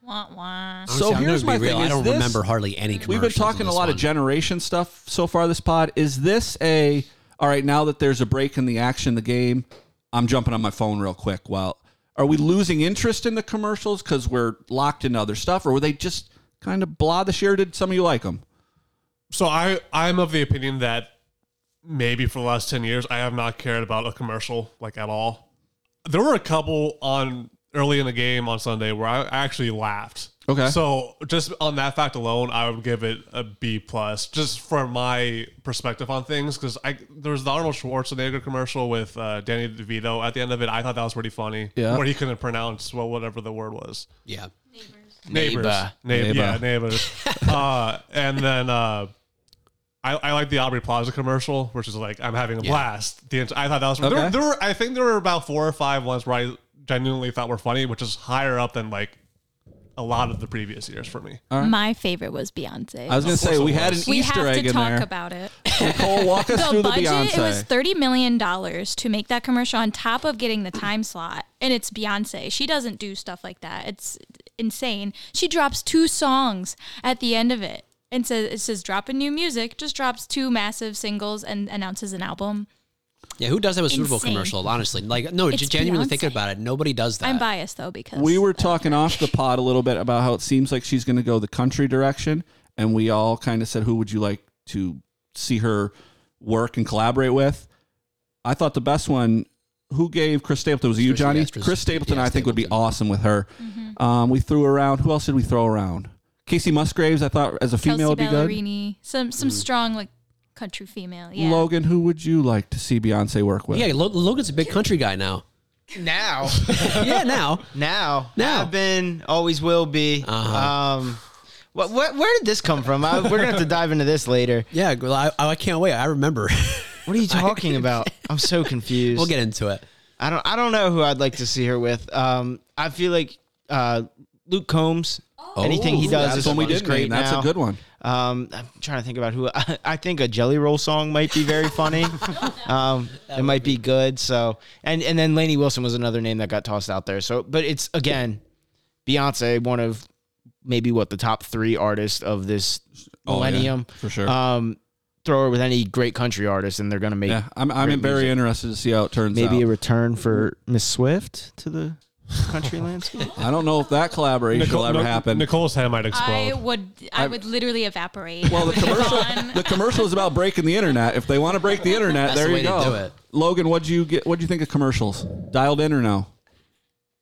[SPEAKER 5] Wah, wah.
[SPEAKER 1] So
[SPEAKER 4] Honestly, I'm
[SPEAKER 1] here's my
[SPEAKER 4] gonna be real.
[SPEAKER 1] thing:
[SPEAKER 4] I
[SPEAKER 1] is
[SPEAKER 4] don't
[SPEAKER 1] this-
[SPEAKER 4] remember hardly any.
[SPEAKER 1] We've been
[SPEAKER 4] commercials in
[SPEAKER 1] talking a
[SPEAKER 4] this
[SPEAKER 1] lot
[SPEAKER 4] one.
[SPEAKER 1] of generation stuff so far this pod. Is this a all right now that there's a break in the action, the game? I'm jumping on my phone real quick. Well, are we losing interest in the commercials because we're locked into other stuff, or were they just kind of blah this year? Did some of you like them?
[SPEAKER 2] So I I'm of the opinion that maybe for the last ten years I have not cared about a commercial like at all. There were a couple on early in the game on Sunday where I actually laughed.
[SPEAKER 1] Okay.
[SPEAKER 2] So just on that fact alone, I would give it a B plus just for my perspective on things because I there was the Arnold Schwarzenegger commercial with uh, Danny DeVito at the end of it. I thought that was pretty funny.
[SPEAKER 1] Yeah.
[SPEAKER 2] Where he couldn't pronounce well whatever the word was
[SPEAKER 4] Yeah.
[SPEAKER 2] neighbors,
[SPEAKER 3] Neighbor.
[SPEAKER 2] Neigh-
[SPEAKER 1] Neighbor.
[SPEAKER 2] yeah, neighbors. uh, and then uh, I, I like the Aubrey Plaza commercial, which is like I'm having a blast. The ent- I thought that was there,
[SPEAKER 1] Okay.
[SPEAKER 2] there were I think there were about four or five ones where I genuinely thought were funny, which is higher up than like a lot of the previous years for me.
[SPEAKER 5] My favorite was Beyonce.
[SPEAKER 1] I was going to say, we had an
[SPEAKER 5] we
[SPEAKER 1] Easter
[SPEAKER 5] have
[SPEAKER 1] egg
[SPEAKER 5] to
[SPEAKER 1] in
[SPEAKER 5] talk
[SPEAKER 1] there.
[SPEAKER 5] about it.
[SPEAKER 1] Nicole, walk us
[SPEAKER 5] the
[SPEAKER 1] through the
[SPEAKER 5] budget
[SPEAKER 1] Beyonce.
[SPEAKER 5] it was 30 million dollars to make that commercial on top of getting the time slot and it's beyonce she doesn't do stuff like that it's insane she drops two songs at the end of it and says it says dropping new music just drops two massive singles and announces an album
[SPEAKER 4] Yeah. Who does that with Super Bowl
[SPEAKER 5] Insane.
[SPEAKER 4] commercial? Honestly, like no,
[SPEAKER 5] It's
[SPEAKER 4] j- genuinely thinking
[SPEAKER 5] Beyonce.
[SPEAKER 4] about it, nobody does that.
[SPEAKER 5] i'm biased though because
[SPEAKER 1] we were talking off the pod a little bit about how it seems like she's going to go the country direction, and we all kind of said, "Who would you like to see her work and collaborate with?" I thought the best one. Who gave Chris Stapleton? Was it you,
[SPEAKER 4] Especially
[SPEAKER 1] Johnny?
[SPEAKER 4] after-
[SPEAKER 1] Chris Stapleton,
[SPEAKER 4] yeah,
[SPEAKER 1] I think, would be
[SPEAKER 4] Stapleton.
[SPEAKER 1] awesome with her.
[SPEAKER 5] Mm-hmm.
[SPEAKER 1] Um, we threw around. Who else did we throw around? Casey Musgraves, I thought, as a
[SPEAKER 5] Kelsey
[SPEAKER 1] female would be good. Mm.
[SPEAKER 5] Ballerini, some some strong like country female yeah
[SPEAKER 1] Logan, who would you like to see Beyonce work with?
[SPEAKER 4] Yeah. Lo- Logan's a big country guy now.
[SPEAKER 3] Now,
[SPEAKER 4] yeah. Now.
[SPEAKER 3] now,
[SPEAKER 4] Now.
[SPEAKER 3] have been, always will be.
[SPEAKER 4] Uh-huh.
[SPEAKER 3] Um, what, what, where did this come from? I, we're gonna have to dive into this later.
[SPEAKER 4] Yeah. well, I, I can't wait. I remember.
[SPEAKER 3] What are you talking about? I'm so confused.
[SPEAKER 4] we'll get into it.
[SPEAKER 3] I don't. I don't know who I'd like to see her with. Um, I feel like uh, Luke Combs. anything he
[SPEAKER 1] Ooh,
[SPEAKER 3] does
[SPEAKER 1] Oh. that's
[SPEAKER 3] is,
[SPEAKER 1] one we
[SPEAKER 3] is
[SPEAKER 1] did
[SPEAKER 3] great.
[SPEAKER 1] name. That's
[SPEAKER 3] now.
[SPEAKER 1] a good one.
[SPEAKER 3] Um, I'm trying to think about who. I, think a Jelly Roll song might be very funny. um, it might be good. So and and then Lainey Wilson was another name that got tossed out there. So but it's again, Beyonce, one of maybe what the top three artists of this
[SPEAKER 1] Oh, yeah,
[SPEAKER 3] millennium.
[SPEAKER 1] for sure.
[SPEAKER 3] Um, throw her with any great country artist, and they're gonna make
[SPEAKER 1] yeah, I'm, I'm
[SPEAKER 3] great
[SPEAKER 1] very
[SPEAKER 3] music.
[SPEAKER 1] interested to see how it turns out.
[SPEAKER 3] maybe a return for Miss Swift to the country landscape.
[SPEAKER 1] I don't know if that collaboration will ever
[SPEAKER 2] Nic-
[SPEAKER 1] happen.
[SPEAKER 2] Nicole's head might
[SPEAKER 5] i
[SPEAKER 2] explode.
[SPEAKER 5] would i would literally evaporate
[SPEAKER 1] Well, the commercial, the commercial is about breaking the internet. If they want to break the internet,
[SPEAKER 4] That's
[SPEAKER 1] there
[SPEAKER 4] the
[SPEAKER 1] you
[SPEAKER 4] way to
[SPEAKER 1] go.
[SPEAKER 4] do it.
[SPEAKER 1] Logan, what'd you get? What'd you think of commercials? Dialed in or no?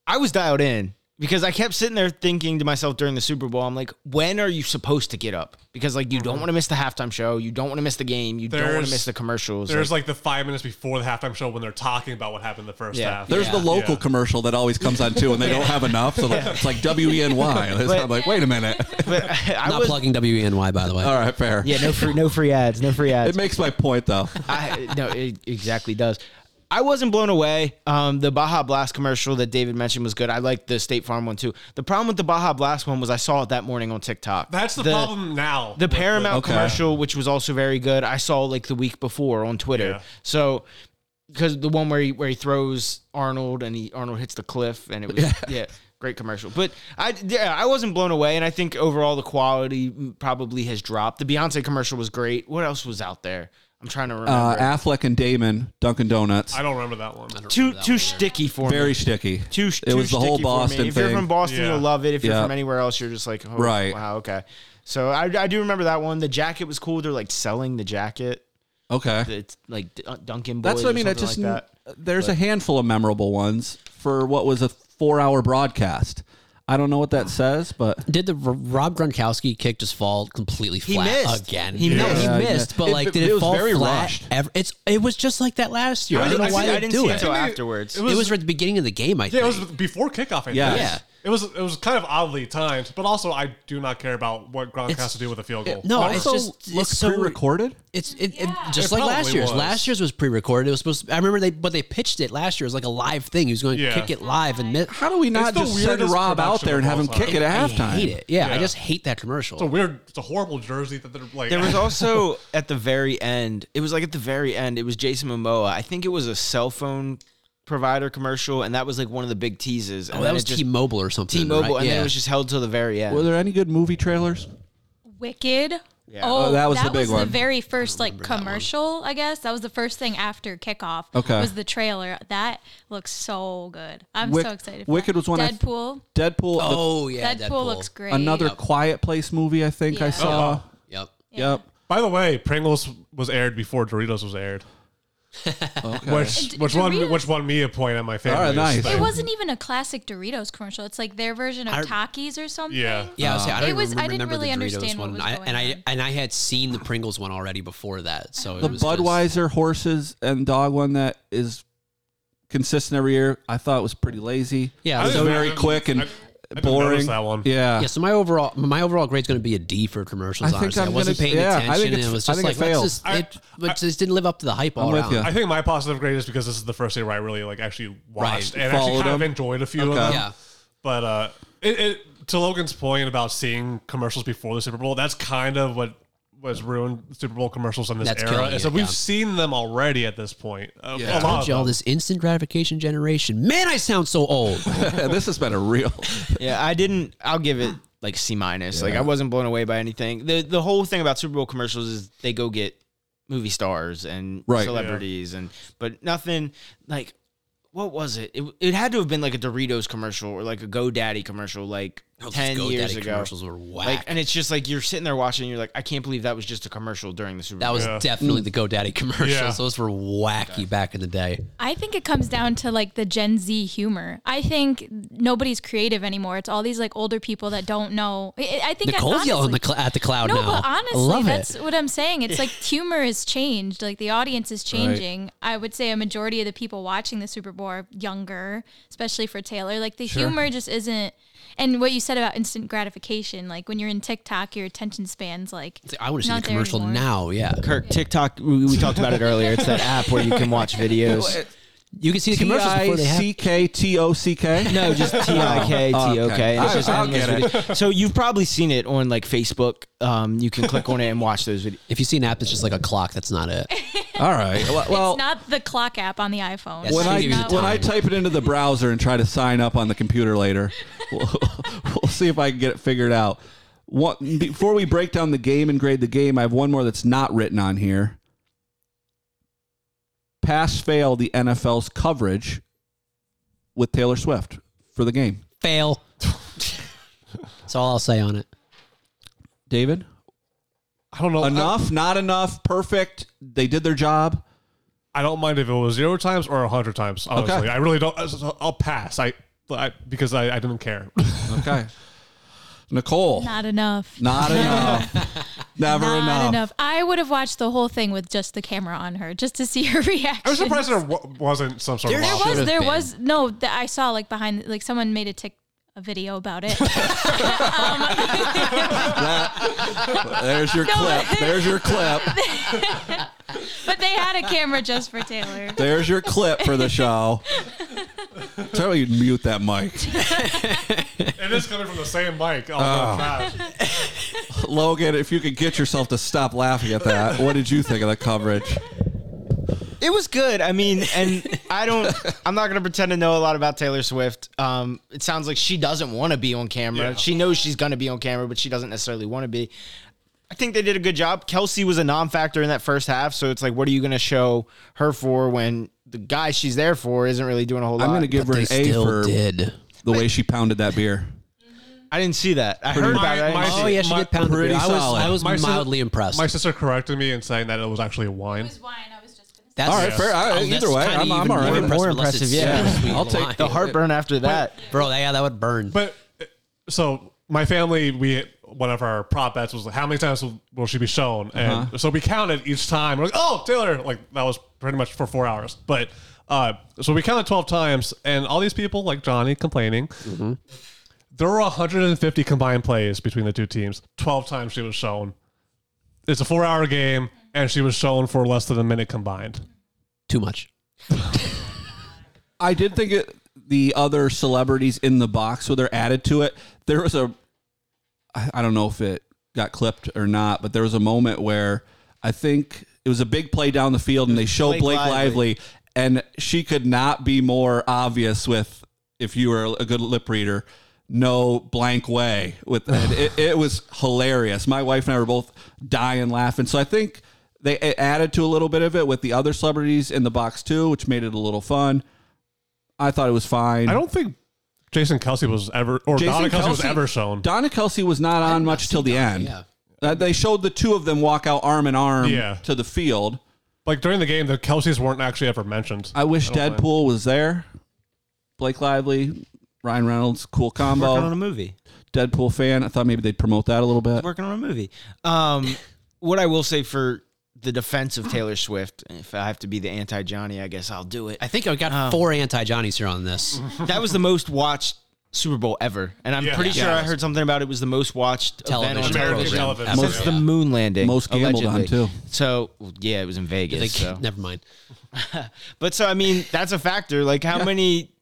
[SPEAKER 3] I was dialed in because I kept sitting there thinking to myself during the Super Bowl, I'm like, when are you supposed to get up? Because like you don't want to miss the halftime show, you don't want to miss the game, you don't want
[SPEAKER 2] There's-
[SPEAKER 3] to miss the commercials.
[SPEAKER 2] There's
[SPEAKER 3] Like,
[SPEAKER 2] like the five minutes before the halftime show when they're talking about what happened the first
[SPEAKER 3] Yeah.
[SPEAKER 2] half.
[SPEAKER 1] There's the local
[SPEAKER 2] Yeah.
[SPEAKER 1] commercial that always comes on too, and they don't have enough. So like, it's like E WENY. It's
[SPEAKER 3] But-
[SPEAKER 1] I'm like, wait a minute.
[SPEAKER 3] but I
[SPEAKER 4] Not
[SPEAKER 3] was,
[SPEAKER 4] plugging WENY by the way.
[SPEAKER 1] All right, fair.
[SPEAKER 3] yeah, no free, no free ads, no free
[SPEAKER 1] It
[SPEAKER 3] ads.
[SPEAKER 1] makes my point though.
[SPEAKER 3] I, no, it exactly does. I wasn't blown away. Um, the Baja Blast commercial that David mentioned was good. I liked the State Farm one too. The problem with the Baja Blast one was I saw it that morning on TikTok.
[SPEAKER 2] That's the, problem now.
[SPEAKER 3] The
[SPEAKER 2] with
[SPEAKER 3] Paramount
[SPEAKER 1] Okay.
[SPEAKER 3] commercial, which was also very good, I saw like the week before on Twitter.
[SPEAKER 2] Yeah.
[SPEAKER 3] So because the one where he where he throws Arnold and he Arnold hits the cliff and it was yeah. Great commercial, but I yeah I wasn't blown away, and I think overall the quality probably has dropped. The Beyonce commercial was great. What else was out there? I'm trying to remember.
[SPEAKER 1] Uh, Affleck and Damon, Dunkin' Donuts,
[SPEAKER 2] I don't remember that one.
[SPEAKER 3] too too sticky for me.
[SPEAKER 1] very sticky.
[SPEAKER 3] too.
[SPEAKER 1] It
[SPEAKER 3] too
[SPEAKER 1] was the whole
[SPEAKER 3] sticky for me.
[SPEAKER 1] Boston
[SPEAKER 3] If you're
[SPEAKER 1] thing.
[SPEAKER 3] from Boston,
[SPEAKER 2] Yeah.
[SPEAKER 3] you'll love it. If you're
[SPEAKER 1] Yeah.
[SPEAKER 3] from anywhere else, you're just like, oh,
[SPEAKER 1] Right.
[SPEAKER 3] Wow, okay. So I, I do remember that one. The jacket was cool. They're like selling the jacket.
[SPEAKER 1] Okay,
[SPEAKER 3] It's like D- uh, Dunkin' Boys.
[SPEAKER 1] that's what I mean.
[SPEAKER 3] Or
[SPEAKER 1] I
[SPEAKER 3] something
[SPEAKER 1] just uh,
[SPEAKER 3] like that.
[SPEAKER 1] there's a handful of memorable ones for what was a four-hour broadcast. I don't know what that says, but
[SPEAKER 4] Did the R- Rob Gronkowski kick just fall completely
[SPEAKER 3] He
[SPEAKER 4] flat
[SPEAKER 3] missed.
[SPEAKER 4] again?
[SPEAKER 3] He
[SPEAKER 4] no,
[SPEAKER 3] missed.
[SPEAKER 1] Yeah, he
[SPEAKER 4] he missed.
[SPEAKER 1] missed.
[SPEAKER 4] But
[SPEAKER 1] It-
[SPEAKER 4] like,
[SPEAKER 1] it-
[SPEAKER 4] did it,
[SPEAKER 1] it was
[SPEAKER 4] fall
[SPEAKER 1] very
[SPEAKER 4] flat?
[SPEAKER 1] rushed.
[SPEAKER 4] ever- it's it was just like that last year.
[SPEAKER 2] I
[SPEAKER 4] I, don't know
[SPEAKER 2] didn't-
[SPEAKER 4] why
[SPEAKER 2] I
[SPEAKER 4] they
[SPEAKER 2] didn't
[SPEAKER 4] do
[SPEAKER 3] see
[SPEAKER 4] it.
[SPEAKER 3] it till
[SPEAKER 4] It
[SPEAKER 3] afterwards.
[SPEAKER 2] It
[SPEAKER 4] was,
[SPEAKER 2] was,
[SPEAKER 4] right at the beginning of the game. I think.
[SPEAKER 2] yeah, it was before kickoff. I think.
[SPEAKER 1] Yes.
[SPEAKER 4] Yeah.
[SPEAKER 2] It was it was kind of oddly timed, but also I do not care about what Gronk
[SPEAKER 4] It's-
[SPEAKER 2] has to do with a field goal.
[SPEAKER 4] no,
[SPEAKER 1] It
[SPEAKER 4] it's
[SPEAKER 1] also
[SPEAKER 4] just
[SPEAKER 1] looks
[SPEAKER 4] it's so
[SPEAKER 1] pre-recorded.
[SPEAKER 4] It's it, it- just
[SPEAKER 2] It
[SPEAKER 4] like last
[SPEAKER 2] probably
[SPEAKER 4] year's.
[SPEAKER 2] was.
[SPEAKER 4] Last year's was pre-recorded. It was supposed. To, I remember they but they pitched it last year. It was like a live thing. He was going to
[SPEAKER 2] Yeah.
[SPEAKER 4] kick it live and miss.
[SPEAKER 1] How do we not
[SPEAKER 2] the
[SPEAKER 1] just send
[SPEAKER 2] weirdest
[SPEAKER 1] Rob out
[SPEAKER 2] production
[SPEAKER 1] there and
[SPEAKER 2] of
[SPEAKER 1] have
[SPEAKER 2] all
[SPEAKER 1] him
[SPEAKER 2] time.
[SPEAKER 1] kick it at halftime?
[SPEAKER 4] I hate it. Yeah, I
[SPEAKER 2] Yeah.
[SPEAKER 4] just hate that commercial.
[SPEAKER 2] It's a weird. It's a horrible jersey that they're like.
[SPEAKER 3] There was also at the very end. It was like at the very end. It was Jason Momoa. I think it was a cell phone provider commercial, and that was like one of the big teases. And
[SPEAKER 4] oh, that
[SPEAKER 3] then
[SPEAKER 4] was
[SPEAKER 3] it just-
[SPEAKER 4] T-Mobile or something.
[SPEAKER 3] T-Mobile,
[SPEAKER 4] right?
[SPEAKER 3] and then
[SPEAKER 4] Yeah.
[SPEAKER 3] it was just held till the very end.
[SPEAKER 1] Were there any good movie trailers?
[SPEAKER 5] Wicked.
[SPEAKER 3] Yeah.
[SPEAKER 5] Oh,
[SPEAKER 1] Oh, that was the big one.
[SPEAKER 5] the very first like commercial, I guess. That was the first thing after kickoff.
[SPEAKER 1] Okay.
[SPEAKER 5] Was the trailer. That looks so good. I'm
[SPEAKER 1] Wick-
[SPEAKER 5] so excited for
[SPEAKER 1] Wicked
[SPEAKER 5] that.
[SPEAKER 1] was one I-
[SPEAKER 5] Deadpool.
[SPEAKER 1] Deadpool, the-
[SPEAKER 4] oh yeah,
[SPEAKER 5] Deadpool. looks great.
[SPEAKER 4] Oh,
[SPEAKER 1] another Quiet Place movie. I think I
[SPEAKER 5] Yeah.
[SPEAKER 1] saw.
[SPEAKER 4] Yep.
[SPEAKER 1] Yep.
[SPEAKER 2] By the way, Pringles was aired before Doritos was aired,
[SPEAKER 1] Okay.
[SPEAKER 2] which
[SPEAKER 5] D-
[SPEAKER 2] which one
[SPEAKER 5] Doritos-
[SPEAKER 2] which won me a point on my
[SPEAKER 1] All
[SPEAKER 2] family.
[SPEAKER 1] right, nice.
[SPEAKER 5] It wasn't even a classic Doritos commercial. It's like their version of Takis or something.
[SPEAKER 2] Yeah.
[SPEAKER 4] Yeah, I, was, I don't
[SPEAKER 5] It was- I
[SPEAKER 4] remember,
[SPEAKER 5] didn't
[SPEAKER 4] remember
[SPEAKER 5] really
[SPEAKER 4] the Doritos
[SPEAKER 5] understand what
[SPEAKER 4] one,
[SPEAKER 5] was
[SPEAKER 4] I,
[SPEAKER 5] going
[SPEAKER 4] and
[SPEAKER 5] on.
[SPEAKER 4] I and I had seen the Pringles one already before that, so
[SPEAKER 1] the
[SPEAKER 4] it was just-
[SPEAKER 1] Budweiser horses and dog one that is consistent every year. I thought it was pretty lazy.
[SPEAKER 4] Yeah,
[SPEAKER 1] it was
[SPEAKER 4] I didn't-
[SPEAKER 1] very quick and
[SPEAKER 2] I- I didn't
[SPEAKER 1] boring.
[SPEAKER 2] notice that one.
[SPEAKER 1] Yeah.
[SPEAKER 4] yeah, so my overall my overall grade's going to be a D for commercials.
[SPEAKER 1] I think
[SPEAKER 4] honestly,
[SPEAKER 1] I'm
[SPEAKER 4] I wasn't
[SPEAKER 1] gonna-
[SPEAKER 4] paying
[SPEAKER 1] yeah, I
[SPEAKER 4] attention.
[SPEAKER 1] think
[SPEAKER 4] and
[SPEAKER 1] it's-
[SPEAKER 4] it was
[SPEAKER 1] I
[SPEAKER 4] just
[SPEAKER 1] think
[SPEAKER 4] like
[SPEAKER 1] it
[SPEAKER 4] let's
[SPEAKER 1] failed.
[SPEAKER 4] just,
[SPEAKER 2] I-
[SPEAKER 4] it, but just didn't live up to the hype all
[SPEAKER 1] I'm with
[SPEAKER 4] around.
[SPEAKER 1] ya.
[SPEAKER 2] I think my positive grade is because this is the first year where I really like actually
[SPEAKER 1] Right,
[SPEAKER 2] watched and actually
[SPEAKER 1] followed
[SPEAKER 2] kind of
[SPEAKER 1] them.
[SPEAKER 2] enjoyed a few of
[SPEAKER 1] Okay.
[SPEAKER 2] them.
[SPEAKER 4] Yeah,
[SPEAKER 2] But uh, it, it, to Logan's point about seeing commercials before the Super Bowl, that's kind of what was ruined Super Bowl commercials in this
[SPEAKER 4] That's
[SPEAKER 2] era.
[SPEAKER 4] killing
[SPEAKER 2] And so
[SPEAKER 4] it,
[SPEAKER 2] we've
[SPEAKER 4] yeah.
[SPEAKER 2] seen them already at this point. Uh,
[SPEAKER 1] Yeah.
[SPEAKER 2] a
[SPEAKER 1] I
[SPEAKER 2] lot
[SPEAKER 4] told
[SPEAKER 2] of
[SPEAKER 4] y'all
[SPEAKER 2] them.
[SPEAKER 4] this instant gratification generation. Man, I sound so old.
[SPEAKER 1] this has been a real.
[SPEAKER 3] Yeah, I didn't. I'll give it like C minus. Like I wasn't blown away by anything. the The whole thing about Super Bowl commercials is they go get movie stars and
[SPEAKER 1] Right.
[SPEAKER 3] celebrities, and but nothing like what was it? it? It had to have been like a Doritos commercial or like a GoDaddy commercial, like
[SPEAKER 4] Oh, Those
[SPEAKER 3] ten
[SPEAKER 4] GoDaddy
[SPEAKER 3] years ago.
[SPEAKER 4] commercials were whack.
[SPEAKER 3] Like, and it's just like you're sitting there watching. You're like, I can't believe that was just a commercial during the Super
[SPEAKER 4] that
[SPEAKER 3] Bowl.
[SPEAKER 4] was
[SPEAKER 2] Yeah.
[SPEAKER 1] Mm.
[SPEAKER 4] definitely the GoDaddy commercials.
[SPEAKER 2] Yeah.
[SPEAKER 4] Those were wacky back in the day.
[SPEAKER 5] I think it comes down to like the Gen Z humor. I think nobody's creative anymore. It's all these like older people that don't know. I, I think
[SPEAKER 4] Nicole's
[SPEAKER 5] honestly,
[SPEAKER 4] yelling the cl- at the cloud
[SPEAKER 5] No,
[SPEAKER 4] now.
[SPEAKER 5] but
[SPEAKER 4] I
[SPEAKER 5] honestly,
[SPEAKER 4] love
[SPEAKER 5] that's
[SPEAKER 4] it.
[SPEAKER 5] what I'm saying. It's like humor has changed. Like the audience is changing. I would say a majority of the people watching the Super Bowl are younger, especially for Taylor. Like the humor just isn't. And what you said about instant gratification, like when you're in TikTok, your attention spans like.
[SPEAKER 4] I want to see the
[SPEAKER 5] not there
[SPEAKER 4] commercial
[SPEAKER 5] anymore.
[SPEAKER 4] now. Yeah,
[SPEAKER 3] Kirk TikTok. We, we talked about it earlier. It's that app where you can watch videos.
[SPEAKER 4] you can see the
[SPEAKER 1] T
[SPEAKER 4] commercials
[SPEAKER 1] I
[SPEAKER 4] before they happen.
[SPEAKER 1] C K T O C K. Oh,
[SPEAKER 3] No, Oh, just T I K T O
[SPEAKER 1] Okay.
[SPEAKER 3] K. And it's
[SPEAKER 1] I-
[SPEAKER 3] just
[SPEAKER 1] I'll
[SPEAKER 3] endless
[SPEAKER 1] get it.
[SPEAKER 3] videos. So you've probably seen it on like Facebook. Um, you can click on it and watch those videos.
[SPEAKER 4] If you see an app that's just like a clock, that's not it.
[SPEAKER 1] All right. Well, well,
[SPEAKER 5] It's not the clock app on the iPhone.
[SPEAKER 4] Yes,
[SPEAKER 1] when
[SPEAKER 4] She
[SPEAKER 1] I
[SPEAKER 4] gives you
[SPEAKER 1] when I
[SPEAKER 4] time.
[SPEAKER 1] type it into the browser and try to sign up on the computer later, we'll, we'll see if I can get it figured out. What before we break down the game and grade the game, I have one more that's not written on here. Pass fail the NFL's coverage with Taylor Swift for the game.
[SPEAKER 4] Fail. that's all I'll say on it.
[SPEAKER 1] David,
[SPEAKER 2] Oh, I don't know.
[SPEAKER 1] enough, not enough, perfect. They did their job.
[SPEAKER 2] I don't mind if it was zero times or a hundred times. Honestly,
[SPEAKER 1] Okay.
[SPEAKER 2] I really don't. I'll pass. I, I because I, I didn't care.
[SPEAKER 1] Okay. Nicole, not,
[SPEAKER 5] Not enough.
[SPEAKER 1] enough. Never
[SPEAKER 5] Not
[SPEAKER 1] enough.
[SPEAKER 5] I would have watched the whole thing with just the camera on her, just to see her reaction.
[SPEAKER 2] I was surprised there w- wasn't some sort of.
[SPEAKER 4] There
[SPEAKER 5] There
[SPEAKER 2] option.
[SPEAKER 5] was
[SPEAKER 4] Should've
[SPEAKER 5] there
[SPEAKER 4] been.
[SPEAKER 5] was no that I saw like behind like someone made a tick a video about it.
[SPEAKER 1] There's your clip. There's your clip.
[SPEAKER 5] but they had a camera just for Taylor.
[SPEAKER 1] There's your clip for the show. Tell me you'd mute that mic.
[SPEAKER 2] It is coming from the same mic. Oh, gosh.
[SPEAKER 1] Logan, if you could get yourself to stop laughing at that, what did you think of the coverage?
[SPEAKER 3] It was good. I mean, and I don't. I'm not gonna pretend to know a lot about Taylor Swift. Um, it sounds like she doesn't want to be on camera.
[SPEAKER 2] Yeah.
[SPEAKER 3] She knows she's gonna be on camera, but she doesn't necessarily want to be. I think they did a good job. Kelsey was a non-factor in that first half, so it's like, what are you gonna show her for when the guy she's there for isn't really doing a whole lot?
[SPEAKER 1] I'm going to give her
[SPEAKER 4] They
[SPEAKER 1] an A
[SPEAKER 4] still
[SPEAKER 1] for
[SPEAKER 4] did.
[SPEAKER 1] the way she pounded that beer.
[SPEAKER 3] I didn't see that. I heard about it. I didn't
[SPEAKER 2] My-
[SPEAKER 3] see
[SPEAKER 4] Oh
[SPEAKER 2] my-
[SPEAKER 3] it.
[SPEAKER 4] yeah, she
[SPEAKER 2] my-
[SPEAKER 4] did pound the
[SPEAKER 1] pretty
[SPEAKER 4] beer. I was
[SPEAKER 1] solid.
[SPEAKER 4] I was
[SPEAKER 2] My sis-
[SPEAKER 4] mildly impressed.
[SPEAKER 2] My sister corrected me in saying that it was actually wine.
[SPEAKER 4] That's,
[SPEAKER 1] All right, fair. I-
[SPEAKER 4] oh, that's
[SPEAKER 1] either way,
[SPEAKER 4] kinda
[SPEAKER 1] I'm- I'm
[SPEAKER 4] even
[SPEAKER 1] all right.
[SPEAKER 4] More impressive,
[SPEAKER 3] More
[SPEAKER 4] unless it's
[SPEAKER 3] impressive, yeah.
[SPEAKER 4] sweet
[SPEAKER 1] I'll take
[SPEAKER 4] wine.
[SPEAKER 3] the heartburn after that.
[SPEAKER 4] bro. Yeah, that would burn.
[SPEAKER 2] But uh, so my family, we one of our prop bets was like, how many times will, will she be shown, and so we counted each time. We're like, oh, Taylor, like that was pretty much for four hours, but. Uh, so we counted 12 times and all these people like Johnny complaining, there were 150 combined plays between the two teams. 12 times she was shown. It's a four hour game and she was shown for less than a minute combined.
[SPEAKER 4] Too much.
[SPEAKER 1] I did think it, the other celebrities in the box with their added to it. There was a, I I don't know if it got clipped or not, but there was a moment where I think it was a big play down the field and they show Blake,
[SPEAKER 3] Blake Lively.
[SPEAKER 1] Lively, and she could not be more obvious with, if you were a good lip reader, no blank way with and it. It was hilarious. My wife and I were both dying laughing. So I think they it added to a little bit of it with the other celebrities in the box too, which made it a little fun. I thought it was fine.
[SPEAKER 2] I don't think Jason Kelsey was ever, or Donna Kelsey, was ever shown.
[SPEAKER 1] Donna Kelsey was not on much till the end.
[SPEAKER 4] Yeah.
[SPEAKER 1] Uh, they showed the two of them walk out arm in arm
[SPEAKER 2] Yeah.
[SPEAKER 1] to the field.
[SPEAKER 2] Like during the game, the Kelseys weren't actually ever mentioned.
[SPEAKER 1] I wish
[SPEAKER 2] don't
[SPEAKER 1] Deadpool was there. Blake Lively, Ryan Reynolds, cool
[SPEAKER 3] Working on a
[SPEAKER 1] combo.
[SPEAKER 3] movie.
[SPEAKER 1] Deadpool fan. I thought maybe they'd promote that a little bit.
[SPEAKER 3] Working on a movie. Um, what I will say for the defense of Taylor Swift, if I have to be the anti Johnny, I guess I'll do it.
[SPEAKER 4] I think I've got
[SPEAKER 3] Oh.
[SPEAKER 4] four anti Johnnies here on this.
[SPEAKER 3] that was the most watched Super Bowl ever, and I'm
[SPEAKER 2] Yeah.
[SPEAKER 3] pretty
[SPEAKER 2] Yeah.
[SPEAKER 3] sure I heard something about it was the most watched
[SPEAKER 4] Television
[SPEAKER 3] event on
[SPEAKER 2] American
[SPEAKER 3] television
[SPEAKER 2] television.
[SPEAKER 4] Absolutely.
[SPEAKER 3] since the moon landing.
[SPEAKER 1] Most gambled on,
[SPEAKER 3] allegedly.
[SPEAKER 1] too.
[SPEAKER 3] So yeah, it was in
[SPEAKER 4] They-
[SPEAKER 3] Vegas. so.
[SPEAKER 4] Never mind.
[SPEAKER 3] But so I mean, that's a factor. Like how many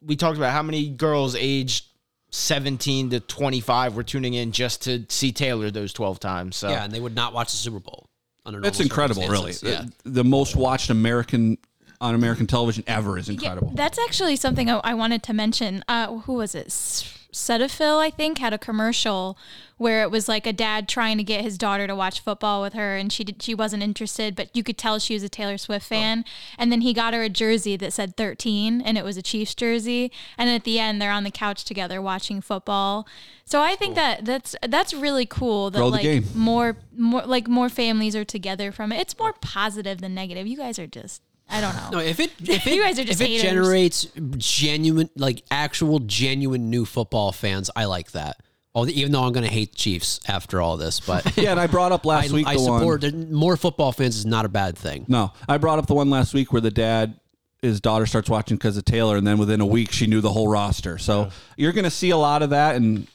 [SPEAKER 3] we talked about how many girls aged 17 to 25 were tuning in just to see Taylor those 12 times. So
[SPEAKER 4] Yeah, and they would not watch the Super Bowl. Under
[SPEAKER 1] That's
[SPEAKER 4] normal
[SPEAKER 1] incredible, really.
[SPEAKER 4] circumstances. Yeah.
[SPEAKER 1] The, the most watched American on American television ever is
[SPEAKER 5] Yeah,
[SPEAKER 1] incredible.
[SPEAKER 5] that's actually something I, I wanted to mention. Uh, who was it? S- Cetaphil, I think, had a commercial where it was like a dad trying to get his daughter to watch football with her, and she did, she wasn't interested, but you could tell she was a Taylor Swift
[SPEAKER 1] Oh.
[SPEAKER 5] fan. And then he got her a jersey that said 13, and it was a Chiefs jersey. And at the end, they're on the couch together watching football. So I think that that's that's really cool. That
[SPEAKER 1] Grow the
[SPEAKER 5] like
[SPEAKER 1] game.
[SPEAKER 5] more more like more families are together from it. It's more positive than negative. You guys are just I don't
[SPEAKER 4] No,
[SPEAKER 5] know.
[SPEAKER 4] if it if it,
[SPEAKER 5] You guys are just
[SPEAKER 4] if it
[SPEAKER 5] haters.
[SPEAKER 4] generates genuine like actual genuine new football fans, I like that. Although even though I'm going to hate Chiefs after all this, but
[SPEAKER 1] yeah, and I brought up
[SPEAKER 4] I,
[SPEAKER 1] last week
[SPEAKER 4] I
[SPEAKER 1] the one.
[SPEAKER 4] support there- more football fans is not a bad thing.
[SPEAKER 1] No, I brought up the one last week where the dad, his daughter starts watching because of Taylor, and then within a week she knew the whole roster. So you're going to see a lot of that, and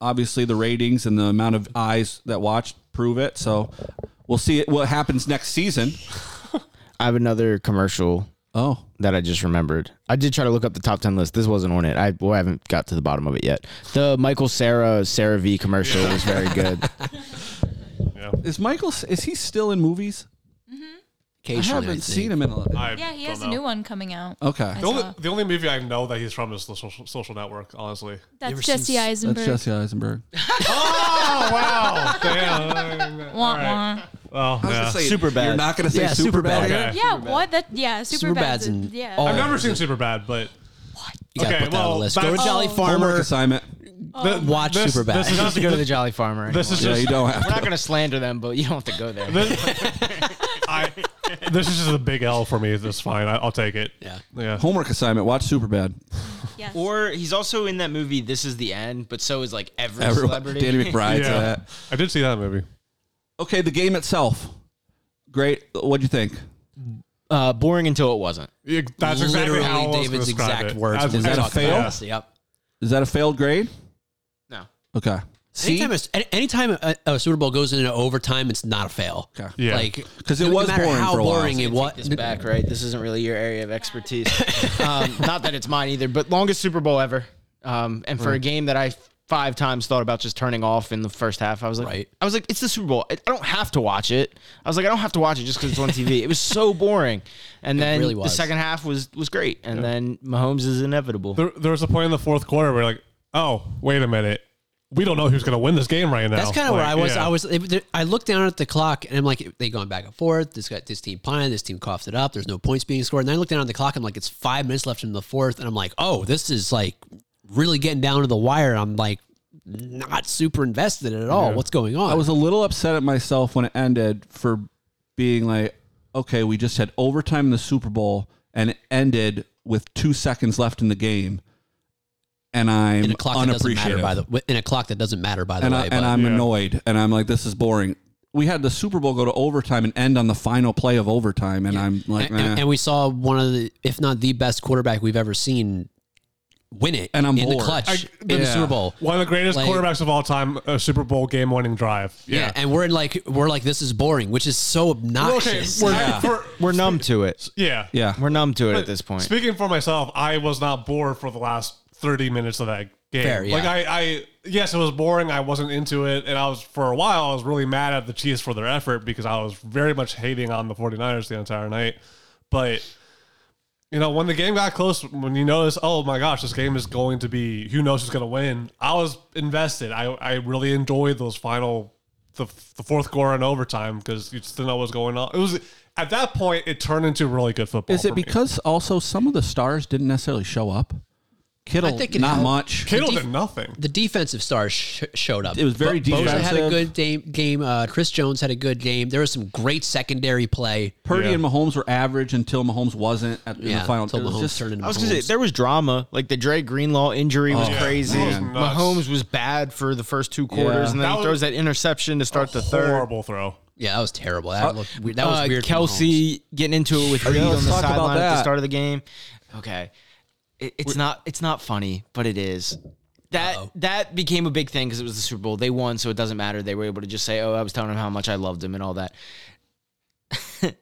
[SPEAKER 1] obviously the ratings and the amount of eyes that watch prove it. So we'll see it, what happens next season.
[SPEAKER 3] I have another commercial
[SPEAKER 1] Oh,
[SPEAKER 3] that I just remembered. I did try to look up the top 10 list. This wasn't on it. I, well, I haven't got to the bottom of it yet. The Michael Sarah Sarah V commercial was very good.
[SPEAKER 1] is Michael? Is he still in movies? I
[SPEAKER 4] Occasionally,
[SPEAKER 1] haven't seen him in a. Little.
[SPEAKER 2] I
[SPEAKER 5] Yeah, he
[SPEAKER 2] don't
[SPEAKER 5] has a
[SPEAKER 2] know.
[SPEAKER 5] new one coming out.
[SPEAKER 1] Okay,
[SPEAKER 2] The
[SPEAKER 5] saw.
[SPEAKER 2] only, the only movie I know that he's from is the social, social network, honestly.
[SPEAKER 5] That's
[SPEAKER 4] ever
[SPEAKER 5] Jesse
[SPEAKER 4] seen- uh,
[SPEAKER 5] Eisenberg.
[SPEAKER 1] that's Jesse Eisenberg.
[SPEAKER 2] Oh, wow. Damn.
[SPEAKER 5] Wah, wah.
[SPEAKER 2] Oh, yeah.
[SPEAKER 3] Super bad.
[SPEAKER 1] You're not going to say
[SPEAKER 4] Yeah,
[SPEAKER 1] super bad.
[SPEAKER 4] Superbad.
[SPEAKER 2] Okay.
[SPEAKER 5] Yeah, what? That yeah, super
[SPEAKER 4] Superbad's
[SPEAKER 5] bad.
[SPEAKER 4] in
[SPEAKER 5] Yeah. oh,
[SPEAKER 4] all-
[SPEAKER 2] I've never seen Superbad, but
[SPEAKER 4] You gotta
[SPEAKER 2] Okay,
[SPEAKER 4] put that on
[SPEAKER 2] well,
[SPEAKER 4] the list. Go to
[SPEAKER 2] that's-
[SPEAKER 4] Jolly
[SPEAKER 1] Homework
[SPEAKER 4] Farmer.
[SPEAKER 1] assignment.
[SPEAKER 5] Oh.
[SPEAKER 2] th-
[SPEAKER 4] Watch
[SPEAKER 2] this-
[SPEAKER 4] Superbad.
[SPEAKER 2] This is
[SPEAKER 4] You
[SPEAKER 2] just,
[SPEAKER 3] to go to the Jolly Farmer.
[SPEAKER 2] this is
[SPEAKER 1] Yeah,
[SPEAKER 2] just
[SPEAKER 1] you don't
[SPEAKER 3] We're
[SPEAKER 1] have
[SPEAKER 3] not
[SPEAKER 1] to.
[SPEAKER 3] going to slander them, but you don't have to go there.
[SPEAKER 2] This, I, this is just a big L for me. That's fine. I, I'll take it.
[SPEAKER 4] Yeah.
[SPEAKER 2] Yeah.
[SPEAKER 1] Homework assignment. Watch Superbad.
[SPEAKER 5] yes.
[SPEAKER 3] Or he's also in that movie This Is the End, but so is like every
[SPEAKER 1] Everyone,
[SPEAKER 3] celebrity.
[SPEAKER 1] Danny McBride's
[SPEAKER 2] Yeah.
[SPEAKER 1] in that.
[SPEAKER 2] I did see that movie.
[SPEAKER 1] Okay, the game itself. Great. What'd you think?
[SPEAKER 3] uh, boring until it wasn't.
[SPEAKER 2] Yeah, That's
[SPEAKER 4] Literally
[SPEAKER 2] exactly how I was gonna
[SPEAKER 4] David's
[SPEAKER 2] describe
[SPEAKER 4] exact
[SPEAKER 2] it.
[SPEAKER 4] words.
[SPEAKER 2] That's
[SPEAKER 4] when we
[SPEAKER 1] that a
[SPEAKER 4] talked
[SPEAKER 1] fail?
[SPEAKER 4] about this. Yep.
[SPEAKER 1] Is that a failed grade?
[SPEAKER 3] No.
[SPEAKER 1] Okay. See,
[SPEAKER 4] Anytime, a, any- anytime a, a Super Bowl goes into overtime, it's not a fail.
[SPEAKER 1] Okay.
[SPEAKER 2] Yeah.
[SPEAKER 4] Like
[SPEAKER 1] 'Cause it
[SPEAKER 4] no
[SPEAKER 1] was
[SPEAKER 4] matter
[SPEAKER 1] boring
[SPEAKER 4] how
[SPEAKER 1] for a while.
[SPEAKER 4] boring it
[SPEAKER 3] This
[SPEAKER 4] was.
[SPEAKER 3] back, right? This isn't really your area of expertise. um, not that it's mine either, but longest Super Bowl ever. Um, and for a game that I five times thought about just turning off in the first half, I was like,
[SPEAKER 4] Right.
[SPEAKER 3] I was like, it's the Super Bowl. I I don't have to watch it. I was like, I don't have to watch it just because it's on TV. it was so boring. And then
[SPEAKER 4] really
[SPEAKER 3] the
[SPEAKER 4] was.
[SPEAKER 3] second half was was great. And then Mahomes is inevitable.
[SPEAKER 2] There, there was a point in the fourth quarter where like, oh, wait a minute. We don't know who's going to win this game right now.
[SPEAKER 4] That's kind of where
[SPEAKER 2] Like,
[SPEAKER 4] I was.
[SPEAKER 2] yeah.
[SPEAKER 4] I was. if there- I looked down at the clock and I'm like, they going back and forth. This got this team punted. This team coughed it up. There's no points being scored. And then I looked down at the clock. I'm like, it's five minutes left in the fourth. And I'm like, oh, this is like really getting down to the wire. I'm like, not super invested at all. What's going on?
[SPEAKER 1] I was a little upset at myself when it ended for being like, okay, we just had overtime in the Super Bowl and it ended with two seconds left in the game, and I'm
[SPEAKER 4] in a clock that doesn't matter.
[SPEAKER 1] unappreciative.
[SPEAKER 4] By the in a clock that doesn't matter. By the
[SPEAKER 1] and
[SPEAKER 4] way,
[SPEAKER 1] I,
[SPEAKER 4] but-
[SPEAKER 1] and I'm
[SPEAKER 2] Yeah.
[SPEAKER 1] annoyed, and I'm like, this is boring. We had the Super Bowl go to overtime and end on the final play of overtime, and I'm like,
[SPEAKER 4] and, and-
[SPEAKER 1] nah.
[SPEAKER 4] and we saw one of the, if not the best quarterback we've ever seen, win it
[SPEAKER 1] And I'm
[SPEAKER 4] in
[SPEAKER 1] bored.
[SPEAKER 4] the clutch
[SPEAKER 2] I-
[SPEAKER 4] in the
[SPEAKER 1] Yeah.
[SPEAKER 4] Super Bowl.
[SPEAKER 2] one of the greatest
[SPEAKER 4] Like-
[SPEAKER 2] quarterbacks of all time, a Super Bowl game winning drive.
[SPEAKER 4] Yeah.
[SPEAKER 2] Yeah.
[SPEAKER 4] and we're like, we're like, this is boring, which is so
[SPEAKER 2] Okay,
[SPEAKER 4] obnoxious.
[SPEAKER 2] we're,
[SPEAKER 1] Yeah.
[SPEAKER 2] for-
[SPEAKER 3] We're numb to it.
[SPEAKER 2] yeah.
[SPEAKER 1] yeah,
[SPEAKER 3] We're numb to it at this point.
[SPEAKER 2] Speaking for myself, I was not bored for the last 30 minutes of that game.
[SPEAKER 4] Fair, yeah.
[SPEAKER 2] Like I, I yes, it was boring. I wasn't into it and I was for a while I was really mad at the Chiefs for their effort because I was very much hating on the 49ers the entire night. But you know, when the game got close, when you notice, oh my gosh, this game is going to be who knows who's going to win. I was invested. I, I really enjoyed those final, the, the fourth quarter and overtime because you just didn't know what was going on. It was at that point it turned into really good football.
[SPEAKER 1] Is it
[SPEAKER 2] for me.
[SPEAKER 1] because also some of the stars didn't necessarily show up? Kittle,
[SPEAKER 4] I think it
[SPEAKER 1] not
[SPEAKER 4] helped.
[SPEAKER 1] much.
[SPEAKER 2] Kittle
[SPEAKER 4] def-
[SPEAKER 2] did nothing.
[SPEAKER 4] the defensive stars sh- showed up.
[SPEAKER 1] It was very
[SPEAKER 2] Bo- Bosa
[SPEAKER 1] defensive.
[SPEAKER 4] Bosa had a good game. game. Uh, Chris Jones had a good game. There was some great secondary play.
[SPEAKER 1] Purdy
[SPEAKER 2] Yeah.
[SPEAKER 1] and Mahomes were average until Mahomes wasn't at, in
[SPEAKER 4] Yeah,
[SPEAKER 1] the final.
[SPEAKER 4] until
[SPEAKER 1] it was
[SPEAKER 4] Mahomes
[SPEAKER 1] just-
[SPEAKER 4] turned into
[SPEAKER 3] I was gonna say
[SPEAKER 4] Mahomes.
[SPEAKER 3] there was drama. Like the Dre Greenlaw injury was
[SPEAKER 1] Oh,
[SPEAKER 3] crazy.
[SPEAKER 1] yeah.
[SPEAKER 2] That was nuts.
[SPEAKER 3] Mahomes was bad for the first two quarters,
[SPEAKER 1] Yeah.
[SPEAKER 3] and then
[SPEAKER 2] That
[SPEAKER 3] he
[SPEAKER 2] was
[SPEAKER 3] throws that interception to start the third.
[SPEAKER 2] Horrible throw.
[SPEAKER 4] yeah, that was terrible. That, looked weird. that was
[SPEAKER 3] Uh,
[SPEAKER 4] weird. for Mahomes.
[SPEAKER 3] Kelsey getting into it with Reed
[SPEAKER 1] yeah,
[SPEAKER 3] on the
[SPEAKER 1] let's talk about
[SPEAKER 3] sideline at the
[SPEAKER 1] that.
[SPEAKER 3] start of the game. Okay, It- it's not it's not funny, but it is. That that became a big thing because it was the Super Bowl. They won, so it doesn't matter. They were able to just say, "Oh, I was telling him how much I loved him" and all that.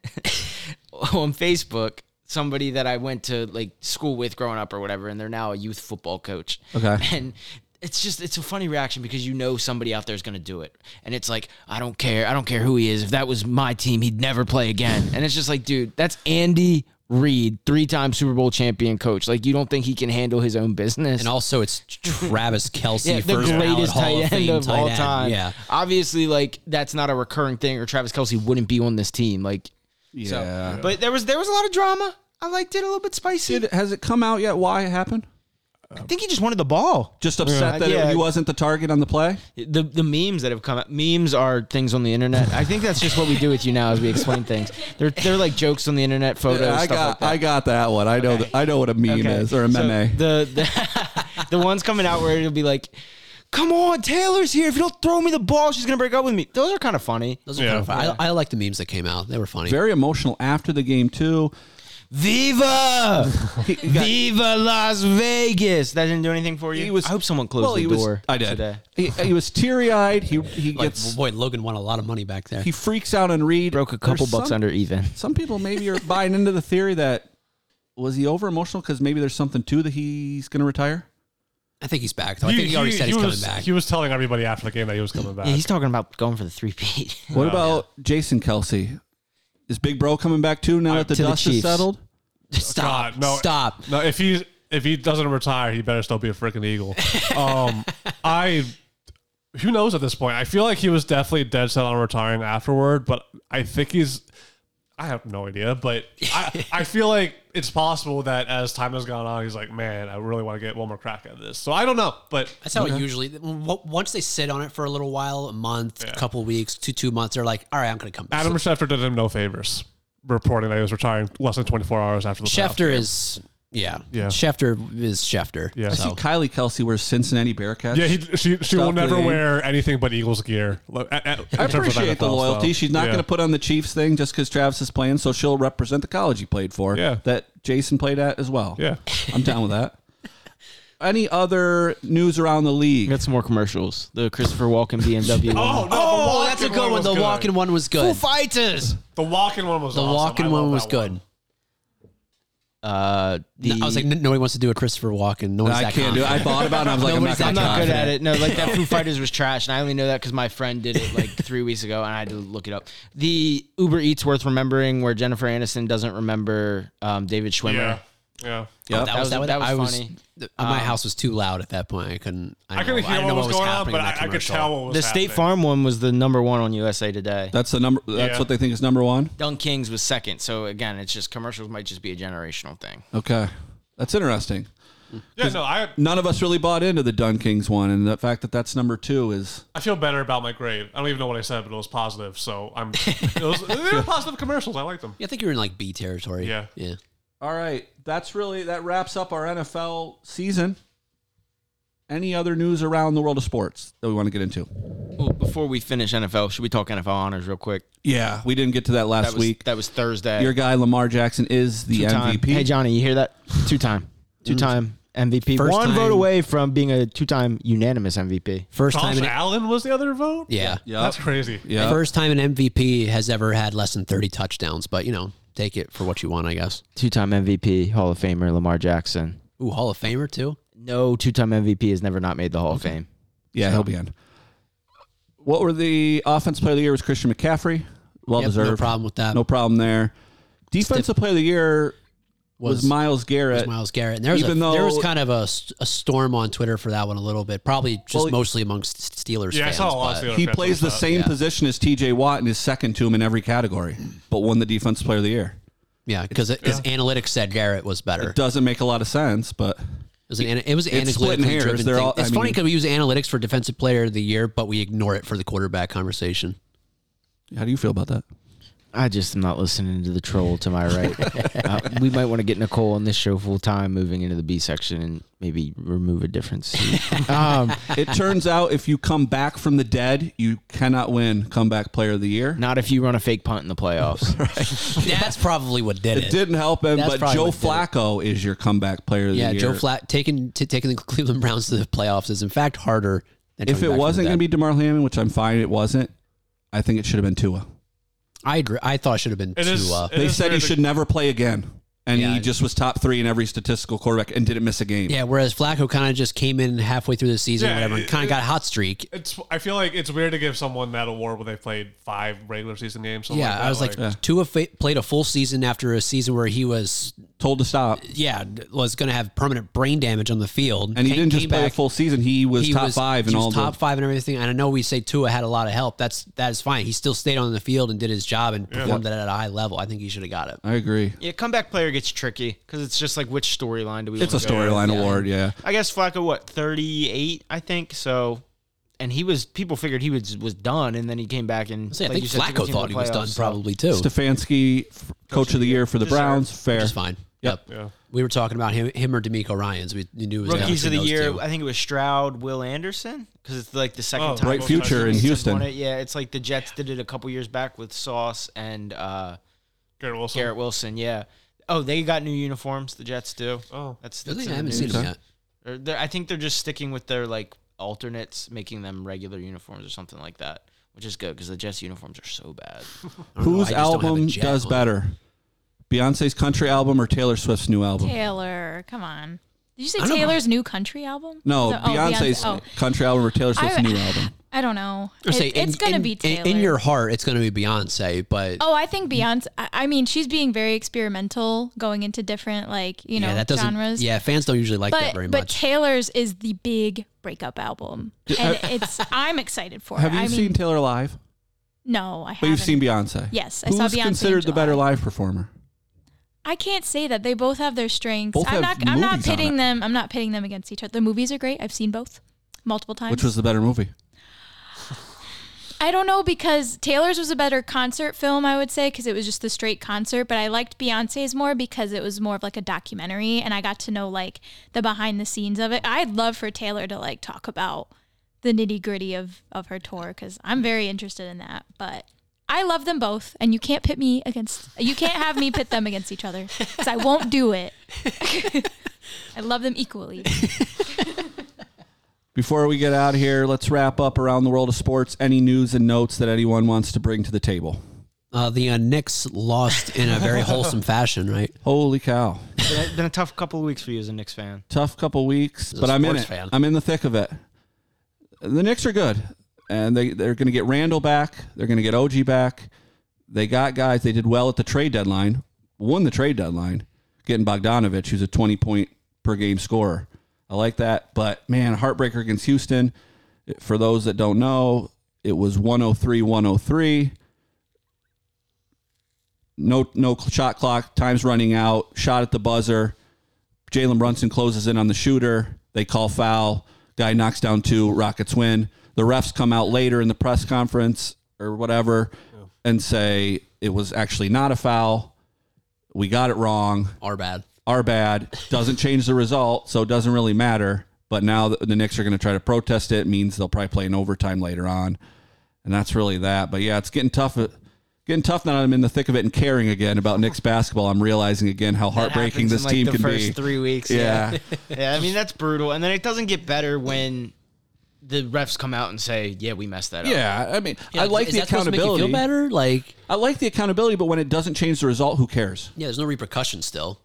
[SPEAKER 3] on Facebook, somebody that I went to like school with growing up or whatever, and they're now a youth football coach.
[SPEAKER 1] Okay.
[SPEAKER 3] And it's just it's a funny reaction because you know somebody out there is going to do it, and it's like I don't care, I don't care who he is. If that was my team, he'd never play again. And it's just like, dude, that's Andy Reid, three-time Super Bowl champion coach. Like you don't think he can handle his own business?
[SPEAKER 4] and also it's Travis Kelsey,
[SPEAKER 3] Yeah, the
[SPEAKER 4] first ballot
[SPEAKER 3] greatest
[SPEAKER 4] Hall
[SPEAKER 3] tight
[SPEAKER 4] of
[SPEAKER 3] end
[SPEAKER 4] Fame
[SPEAKER 3] of
[SPEAKER 4] tight
[SPEAKER 3] all
[SPEAKER 4] end.
[SPEAKER 3] time.
[SPEAKER 4] Yeah,
[SPEAKER 3] Obviously, like that's not a recurring thing, or Travis Kelsey wouldn't be on this team. Like, so.
[SPEAKER 1] Yeah.
[SPEAKER 3] But there was there was a lot of drama. I liked it a little bit spicy.
[SPEAKER 1] Did- has it come out yet? Why it happened?
[SPEAKER 3] I think he just wanted the ball.
[SPEAKER 1] Just upset that
[SPEAKER 3] Yeah.
[SPEAKER 1] he wasn't the target on the play.
[SPEAKER 3] The the memes that have come out. Memes are things on the internet. I think that's just what we do with you now as we explain things. They're they're like jokes on the internet, photos,
[SPEAKER 1] I
[SPEAKER 3] stuff
[SPEAKER 1] got,
[SPEAKER 3] like that.
[SPEAKER 1] I got that one. I know, th- I know what a meme
[SPEAKER 3] Okay.
[SPEAKER 1] is or a
[SPEAKER 3] So
[SPEAKER 1] meme.
[SPEAKER 3] the the, the ones coming out where it'll be like, "Come on, Taylor's here. If you don't throw me the ball, she's gonna break up with me." Those are kind of funny.
[SPEAKER 4] those are
[SPEAKER 2] Yeah.
[SPEAKER 4] kind of fun. I, I like the memes that came out. They were funny.
[SPEAKER 1] Very emotional after the game too.
[SPEAKER 3] Viva, Viva Las Vegas. That didn't do anything for you.
[SPEAKER 1] He was-
[SPEAKER 3] I hope someone closed
[SPEAKER 1] Well,
[SPEAKER 3] the
[SPEAKER 1] he was.
[SPEAKER 3] door.
[SPEAKER 1] I did.
[SPEAKER 3] Today.
[SPEAKER 1] He, he was teary eyed. He he
[SPEAKER 4] like,
[SPEAKER 1] gets
[SPEAKER 4] boy, Logan won a lot of money back there.
[SPEAKER 1] he freaks out and read
[SPEAKER 3] Broke a couple
[SPEAKER 1] There's
[SPEAKER 3] bucks
[SPEAKER 1] some-
[SPEAKER 3] under even.
[SPEAKER 1] Some people maybe are buying into the theory that was he over emotional because maybe there's something too that he's going to retire.
[SPEAKER 4] I think he's back. Though. I think he already said he's
[SPEAKER 2] was,
[SPEAKER 4] coming back.
[SPEAKER 2] He was telling everybody after the game that he was coming back.
[SPEAKER 3] Yeah, he's talking about going for the three peat.
[SPEAKER 1] What about Jason Kelsey? Is Big Bro coming back too now that the
[SPEAKER 3] To the
[SPEAKER 1] dust is
[SPEAKER 3] Chiefs.
[SPEAKER 1] settled?
[SPEAKER 4] stop.
[SPEAKER 2] God, no,
[SPEAKER 4] Stop.
[SPEAKER 2] No, if he's if he doesn't retire, he better still be a freaking eagle. Um, I who knows at this point. I feel like he was definitely dead set on retiring afterward, but I think he's. I have no idea, but I, I feel like it's possible that as time has gone on, he's like, man, I really want to get one more crack at this. So I don't know, but
[SPEAKER 4] That's how it usually. w- Once they sit on it for a little while, a month, a couple weeks, two two months, they're like, "All right, I'm going to come back."
[SPEAKER 2] Adam Schefter did him no favors, reporting that he was retiring less than 24 hours after the playoff
[SPEAKER 4] Schefter is yeah,
[SPEAKER 2] Yeah.
[SPEAKER 4] Schefter is Schefter.
[SPEAKER 2] Yeah.
[SPEAKER 1] I see
[SPEAKER 4] So
[SPEAKER 1] Kylie Kelsey wears Cincinnati Bearcats.
[SPEAKER 2] Yeah, he, she she will
[SPEAKER 1] Stop
[SPEAKER 2] never
[SPEAKER 1] the-
[SPEAKER 2] wear anything but Eagles gear. Lo- at- at- in
[SPEAKER 1] I
[SPEAKER 2] terms of
[SPEAKER 1] appreciate the
[SPEAKER 2] NFL,
[SPEAKER 1] loyalty.
[SPEAKER 2] so,
[SPEAKER 1] She's not
[SPEAKER 2] yeah.
[SPEAKER 1] going to put on the Chiefs thing just because Travis is playing, so she'll represent the college he played for.
[SPEAKER 2] Yeah.
[SPEAKER 1] That Jason played at as well.
[SPEAKER 2] Yeah.
[SPEAKER 1] I'm down with that. Any other news around the league?
[SPEAKER 3] We got some more commercials. The Christopher Walken BMW.
[SPEAKER 2] Oh, no,
[SPEAKER 4] oh,
[SPEAKER 2] the
[SPEAKER 4] that's a
[SPEAKER 2] walking
[SPEAKER 4] good one.
[SPEAKER 2] was
[SPEAKER 4] The walking one was good.
[SPEAKER 3] fighters.
[SPEAKER 2] The walking one was
[SPEAKER 4] The
[SPEAKER 2] awesome. I
[SPEAKER 4] walking
[SPEAKER 2] love
[SPEAKER 4] one was
[SPEAKER 2] that
[SPEAKER 4] good.
[SPEAKER 3] Uh, the,
[SPEAKER 4] I was like, "N- nobody wants to do a Christopher Walken. No one's
[SPEAKER 1] I
[SPEAKER 4] that
[SPEAKER 1] can't do it. I
[SPEAKER 4] confident."
[SPEAKER 1] thought about it. and I was like, I'm not,
[SPEAKER 4] Nobody's
[SPEAKER 1] gonna
[SPEAKER 3] I'm not
[SPEAKER 1] do
[SPEAKER 3] good at it. No, like that Foo Fighters was trash, and I only know that because my friend did it like three weeks ago, and I had to look it up. The Uber Eats worth remembering, where Jennifer Aniston doesn't remember um, David Schwimmer.
[SPEAKER 2] Yeah, yeah.
[SPEAKER 1] Yep.
[SPEAKER 4] That was,
[SPEAKER 3] That was-
[SPEAKER 4] that was,
[SPEAKER 3] that was
[SPEAKER 4] I was Um,
[SPEAKER 3] funny.
[SPEAKER 4] th- my house was too loud at that point. I couldn't. I,
[SPEAKER 2] I couldn't
[SPEAKER 4] know-
[SPEAKER 2] hear
[SPEAKER 4] didn't
[SPEAKER 2] what
[SPEAKER 4] know
[SPEAKER 2] was, going on,
[SPEAKER 4] happening
[SPEAKER 2] but
[SPEAKER 4] in that
[SPEAKER 2] I, I could
[SPEAKER 4] commercial.
[SPEAKER 2] tell what was
[SPEAKER 3] The State
[SPEAKER 2] happening.
[SPEAKER 3] Farm one was the number one on USA Today.
[SPEAKER 1] That's the number. That's
[SPEAKER 2] Yeah.
[SPEAKER 1] what they think is number one.
[SPEAKER 3] Dunk Kings was second. So again, it's just commercials might just be a generational thing.
[SPEAKER 1] Okay, that's interesting.
[SPEAKER 2] Yeah, no, I
[SPEAKER 1] None of us really bought into the Dun Kings one, and the fact that that's number two is
[SPEAKER 2] I feel better about my grade. I don't even know what I said, but it was positive. So I'm. It was, they were positive commercials. I liked them.
[SPEAKER 4] Yeah, I think you were in like B territory.
[SPEAKER 2] Yeah.
[SPEAKER 4] yeah.
[SPEAKER 1] all right. That's really that wraps up our NFL season. Any other news around the world of sports that we want to get into?
[SPEAKER 3] Well, before we finish NFL, should we talk NFL honors real quick?
[SPEAKER 1] Yeah, we didn't get to that last
[SPEAKER 3] That was,
[SPEAKER 1] week.
[SPEAKER 3] That was Thursday.
[SPEAKER 1] Your guy Lamar Jackson is the
[SPEAKER 3] Two-time.
[SPEAKER 1] MVP.
[SPEAKER 3] Hey Johnny, you hear that? Two time, two Mm. time MVP.
[SPEAKER 4] First
[SPEAKER 3] one vote
[SPEAKER 4] time.
[SPEAKER 3] away from being a two time unanimous MVP.
[SPEAKER 4] First
[SPEAKER 2] Josh
[SPEAKER 4] time. In,
[SPEAKER 2] Allen was the other vote.
[SPEAKER 4] yeah.
[SPEAKER 1] Yep.
[SPEAKER 2] that's crazy.
[SPEAKER 1] Yeah.
[SPEAKER 4] First time an MVP has ever had less than 30 touchdowns, but you know, take it for what you want, I guess.
[SPEAKER 3] Two time MVP, Hall of Famer Lamar Jackson.
[SPEAKER 4] Ooh, Hall of Famer too.
[SPEAKER 3] No two time MVP has never not made the Hall of Fame.
[SPEAKER 1] Yeah, he'll be in. What were the offense player of the year was Christian McCaffrey. Well
[SPEAKER 4] Yep,
[SPEAKER 1] deserved.
[SPEAKER 4] No problem with that.
[SPEAKER 1] No problem there. Defensive player of the year was,
[SPEAKER 4] Was-
[SPEAKER 1] Miles Garrett.
[SPEAKER 4] Miles Garrett. And there was,
[SPEAKER 1] Even
[SPEAKER 4] a, there was
[SPEAKER 1] though-
[SPEAKER 4] kind of a, st- a storm on Twitter for that one a little bit, probably just
[SPEAKER 1] Well,
[SPEAKER 4] mostly amongst Steelers
[SPEAKER 2] Yeah, I
[SPEAKER 4] fans.
[SPEAKER 2] saw a lot of
[SPEAKER 4] but-
[SPEAKER 2] Steelers
[SPEAKER 1] he
[SPEAKER 2] fans
[SPEAKER 1] plays the
[SPEAKER 2] upset.
[SPEAKER 1] same position as TJ Watt and is second to him in every category, but won the defensive player of the year.
[SPEAKER 4] yeah, because analytics said Garrett was better.
[SPEAKER 1] Doesn't make a lot of sense, but
[SPEAKER 4] was an ana- it was an
[SPEAKER 1] It's splitting
[SPEAKER 4] analytically
[SPEAKER 1] hairs.
[SPEAKER 4] driven
[SPEAKER 1] They're
[SPEAKER 4] thing.
[SPEAKER 1] all-
[SPEAKER 4] it's
[SPEAKER 1] I
[SPEAKER 4] funny
[SPEAKER 1] mean-
[SPEAKER 4] because we use analytics for defensive player of the year, but we ignore it for the quarterback conversation.
[SPEAKER 1] How do you feel about that?
[SPEAKER 3] I just am not listening to the troll to my right. uh, we might want to get Nicole on this show full time, moving into the B section, and maybe remove a difference. um,
[SPEAKER 1] It turns out if you come back from the dead, you cannot win comeback player of the year.
[SPEAKER 3] not if you run a fake punt in the playoffs.
[SPEAKER 4] That's probably what did it.
[SPEAKER 1] It didn't help him,
[SPEAKER 4] That's
[SPEAKER 1] but
[SPEAKER 4] probably
[SPEAKER 1] Joe
[SPEAKER 4] what did it.
[SPEAKER 1] Flacco is your comeback player of the
[SPEAKER 4] yeah,
[SPEAKER 1] year.
[SPEAKER 4] Joe Flat taking t- taking the Cleveland Browns to the playoffs is in fact harder. Than
[SPEAKER 1] If
[SPEAKER 4] coming
[SPEAKER 1] it
[SPEAKER 4] back from
[SPEAKER 1] wasn't
[SPEAKER 4] the
[SPEAKER 1] going to be
[SPEAKER 4] dead.
[SPEAKER 1] DeMar Hamlin, which I'm fine it wasn't, I think it should have been Tua.
[SPEAKER 4] I agree. I thought it should have been uh,
[SPEAKER 2] It
[SPEAKER 4] Tua.
[SPEAKER 2] is- it
[SPEAKER 1] They
[SPEAKER 2] is
[SPEAKER 1] said he
[SPEAKER 2] weird to-
[SPEAKER 1] should never play again. And
[SPEAKER 4] Yeah.
[SPEAKER 1] he just was top three in every statistical quarterback and didn't miss a game.
[SPEAKER 4] yeah, whereas Flacco kind of just came in halfway through the season,
[SPEAKER 2] Yeah,
[SPEAKER 4] or whatever, and
[SPEAKER 2] it-
[SPEAKER 4] kind of got a hot streak.
[SPEAKER 2] It's. I feel like it's weird to give someone that award when they played five regular season games. something
[SPEAKER 4] Yeah,
[SPEAKER 2] that,
[SPEAKER 4] I was like, uh, Tua fa- played a full season after a season where he was,
[SPEAKER 1] Told to stop.
[SPEAKER 4] yeah, was going to have permanent brain damage on the field,
[SPEAKER 1] And he
[SPEAKER 4] Came-
[SPEAKER 1] didn't just
[SPEAKER 4] came
[SPEAKER 1] play a
[SPEAKER 4] back,
[SPEAKER 1] full season. He was
[SPEAKER 4] he
[SPEAKER 1] top
[SPEAKER 4] was-
[SPEAKER 1] five
[SPEAKER 4] he
[SPEAKER 1] in
[SPEAKER 4] was
[SPEAKER 1] all
[SPEAKER 4] top
[SPEAKER 1] the.
[SPEAKER 4] five and everything. And I know we say Tua had a lot of help. That's that is fine. He still stayed on the field and did his job and performed it at a high level. I think he should have got it.
[SPEAKER 1] I agree.
[SPEAKER 3] yeah, comeback player gets tricky because it's just like which storyline do we?
[SPEAKER 1] It's a
[SPEAKER 3] wanna go with?
[SPEAKER 1] storyline award, yeah.
[SPEAKER 3] I guess Flacco, what thirty eight, I think. So, and he was people figured he was was done, and then he came back and
[SPEAKER 4] I say, I
[SPEAKER 3] like
[SPEAKER 4] think
[SPEAKER 3] you said, took
[SPEAKER 4] Flacco
[SPEAKER 3] the team to
[SPEAKER 4] thought
[SPEAKER 3] the
[SPEAKER 4] he was
[SPEAKER 3] playoffs,
[SPEAKER 4] done
[SPEAKER 3] so-
[SPEAKER 4] probably too, which
[SPEAKER 1] Stefanski, f- coach of the year for the
[SPEAKER 2] Deserved.
[SPEAKER 1] Browns. Fair.
[SPEAKER 4] is fine.
[SPEAKER 1] Yep.
[SPEAKER 4] Yep.
[SPEAKER 2] Yeah.
[SPEAKER 4] We were talking about him, him or D'Amico Ryan's. We knew it was
[SPEAKER 3] Rookies of
[SPEAKER 4] between
[SPEAKER 3] the
[SPEAKER 4] those
[SPEAKER 3] year,
[SPEAKER 4] two.
[SPEAKER 3] I think it was Stroud, Will Anderson, because it's like the second
[SPEAKER 2] Oh,
[SPEAKER 3] time.
[SPEAKER 2] Bright
[SPEAKER 3] both
[SPEAKER 2] future
[SPEAKER 3] teams
[SPEAKER 2] in
[SPEAKER 3] have
[SPEAKER 1] Houston.
[SPEAKER 3] won it. Yeah, it's like the Jets did it a couple years back with Sauce and uh,
[SPEAKER 2] Garrett Wilson.
[SPEAKER 3] Garrett Wilson. Yeah. Oh, they got new uniforms. The Jets do.
[SPEAKER 2] Oh,
[SPEAKER 3] That's,
[SPEAKER 4] I
[SPEAKER 3] that's in the
[SPEAKER 4] haven't
[SPEAKER 3] news.
[SPEAKER 4] seen him yet.
[SPEAKER 3] Or they're- I think they're just sticking with their like alternates, making them regular uniforms or something like that, which is good because the Jets uniforms are so bad.
[SPEAKER 4] I don't know. I
[SPEAKER 1] Whose
[SPEAKER 4] just don't have a
[SPEAKER 1] album
[SPEAKER 4] jet
[SPEAKER 1] does
[SPEAKER 4] on.
[SPEAKER 1] better? Beyonce's country album or Taylor Swift's new album?
[SPEAKER 5] Taylor, come on. Did you say
[SPEAKER 4] I don't know.
[SPEAKER 5] Taylor's new country album?
[SPEAKER 1] No,
[SPEAKER 5] So- oh,
[SPEAKER 1] Beyonce's
[SPEAKER 5] Beyonce- oh.
[SPEAKER 1] country album or Taylor Swift's
[SPEAKER 5] I-
[SPEAKER 1] new album.
[SPEAKER 5] I don't know.
[SPEAKER 4] I
[SPEAKER 5] It-
[SPEAKER 4] say, in-
[SPEAKER 5] it's gonna
[SPEAKER 4] in-
[SPEAKER 5] be Taylor.
[SPEAKER 4] in, in your heart. It's gonna be Beyonce, but
[SPEAKER 5] Oh, I think Beyonce. I I mean, she's being very experimental, going into different like you know
[SPEAKER 4] yeah, that doesn't.
[SPEAKER 5] genres.
[SPEAKER 4] Yeah, fans don't usually like that
[SPEAKER 5] but
[SPEAKER 4] very
[SPEAKER 5] but
[SPEAKER 4] much.
[SPEAKER 5] Taylor's is the big breakup album, and it's I'm excited for.
[SPEAKER 1] Have
[SPEAKER 5] it.
[SPEAKER 1] you
[SPEAKER 5] I
[SPEAKER 1] seen
[SPEAKER 5] Mean,
[SPEAKER 1] Taylor live?
[SPEAKER 5] no, I haven't.
[SPEAKER 1] But you've seen Beyonce.
[SPEAKER 5] Yes, I
[SPEAKER 1] Who's
[SPEAKER 5] saw Beyonce in
[SPEAKER 1] considered the better
[SPEAKER 5] July.
[SPEAKER 1] live performer?
[SPEAKER 5] I can't say that they both have their strengths.
[SPEAKER 1] Both
[SPEAKER 5] I'm
[SPEAKER 1] have
[SPEAKER 5] not. I'm not
[SPEAKER 1] movies on it.
[SPEAKER 5] pitting them. I'm not pitting them against each other. The movies are great. I've seen both multiple times.
[SPEAKER 1] Which was the better movie?
[SPEAKER 5] I don't know because Taylor's was a better concert film, I would say, because it was just the straight concert. But I liked Beyonce's more because it was more of like a documentary, and I got to know like the behind the scenes of it. I'd love for Taylor to like talk about the nitty gritty of of her tour because I'm very interested in that. But I love them both, and you can't pit me against you can't have me pit them against each other because I won't do it. I love them equally.
[SPEAKER 1] Before we get out of here, let's wrap up around the world of sports. Any news and notes that anyone wants to bring to the table?
[SPEAKER 4] Uh, the uh, Knicks lost in a very wholesome fashion, right?
[SPEAKER 1] Holy cow.
[SPEAKER 3] been, a, been a tough couple of weeks for you as a Knicks fan.
[SPEAKER 1] Tough couple weeks,
[SPEAKER 4] a
[SPEAKER 1] but I'm in
[SPEAKER 4] sports
[SPEAKER 1] it.
[SPEAKER 4] fan.
[SPEAKER 1] I'm in the thick of it. The Knicks are good, and they, they're going to get Randall back. They're going to get OG back. They got guys. They did well at the trade deadline, won the trade deadline, getting Bogdanovich, who's a 20 point per game scorer. I like that. But man, heartbreaker against Houston. For those that don't know, it was 103 103. No, no shot clock. Time's running out. Shot at the buzzer. Jalen Brunson closes in on the shooter. They call foul. Guy knocks down two. Rockets win. The refs come out later in the press conference or whatever and say it was actually not a foul. We got it wrong.
[SPEAKER 4] Are bad.
[SPEAKER 1] Our bad. Doesn't change the result, so it doesn't really matter. But now the, the Knicks are going to try to protest it. It means they'll probably play an overtime later on. And that's really that. But yeah, it's getting tough. uh, Getting tough now that I'm in the thick of it and caring again about Knicks basketball. I'm realizing again how
[SPEAKER 3] That
[SPEAKER 1] heartbreaking this
[SPEAKER 3] happens in, like,
[SPEAKER 1] team
[SPEAKER 3] the
[SPEAKER 1] can
[SPEAKER 3] first
[SPEAKER 1] be.
[SPEAKER 3] Three weeks.
[SPEAKER 1] Yeah.
[SPEAKER 3] Yeah. yeah, I mean that's brutal. And then it doesn't get better when the refs come out and say, "Yeah, we messed that up."
[SPEAKER 1] Yeah, I mean, I like
[SPEAKER 4] is
[SPEAKER 1] the
[SPEAKER 4] that supposed to
[SPEAKER 1] accountability.
[SPEAKER 4] Make you feel better? Like,
[SPEAKER 1] I like the accountability, but when it doesn't change the result, who cares?
[SPEAKER 4] yeah, there's no repercussions still.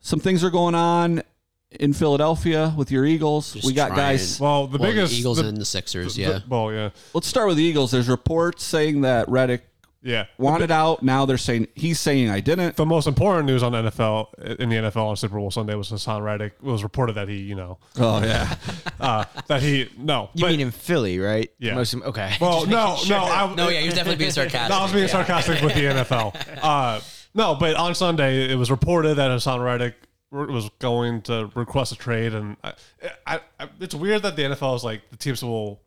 [SPEAKER 1] Some things are going on in Philadelphia with your Eagles.
[SPEAKER 4] Just
[SPEAKER 1] we got
[SPEAKER 4] trying.
[SPEAKER 1] guys.
[SPEAKER 2] Well, the
[SPEAKER 4] Well,
[SPEAKER 2] biggest
[SPEAKER 4] the Eagles
[SPEAKER 2] the-
[SPEAKER 4] and the Sixers.
[SPEAKER 2] the-
[SPEAKER 4] yeah,
[SPEAKER 2] Well, yeah,
[SPEAKER 1] Let's start with the Eagles. There's reports saying that Reddick
[SPEAKER 2] yeah.
[SPEAKER 1] wanted out. Now they're saying he's saying I didn't.
[SPEAKER 2] The most important news on NFL in the NFL on Super Bowl Sunday was Hassan Reddick it was reported that he, you know,
[SPEAKER 1] Oh yeah,
[SPEAKER 2] uh, that he no,
[SPEAKER 3] You
[SPEAKER 2] but-
[SPEAKER 3] mean in Philly, right?
[SPEAKER 2] Yeah.
[SPEAKER 3] Most of- okay.
[SPEAKER 2] well, no, no, I,
[SPEAKER 4] no, yeah, he was definitely being sarcastic.
[SPEAKER 2] I was being sarcastic with the NFL. Uh, no, but on Sunday it was reported that Hassan Reddick was going to request a trade, and I, I, I, it's weird that the NFL is like the teams will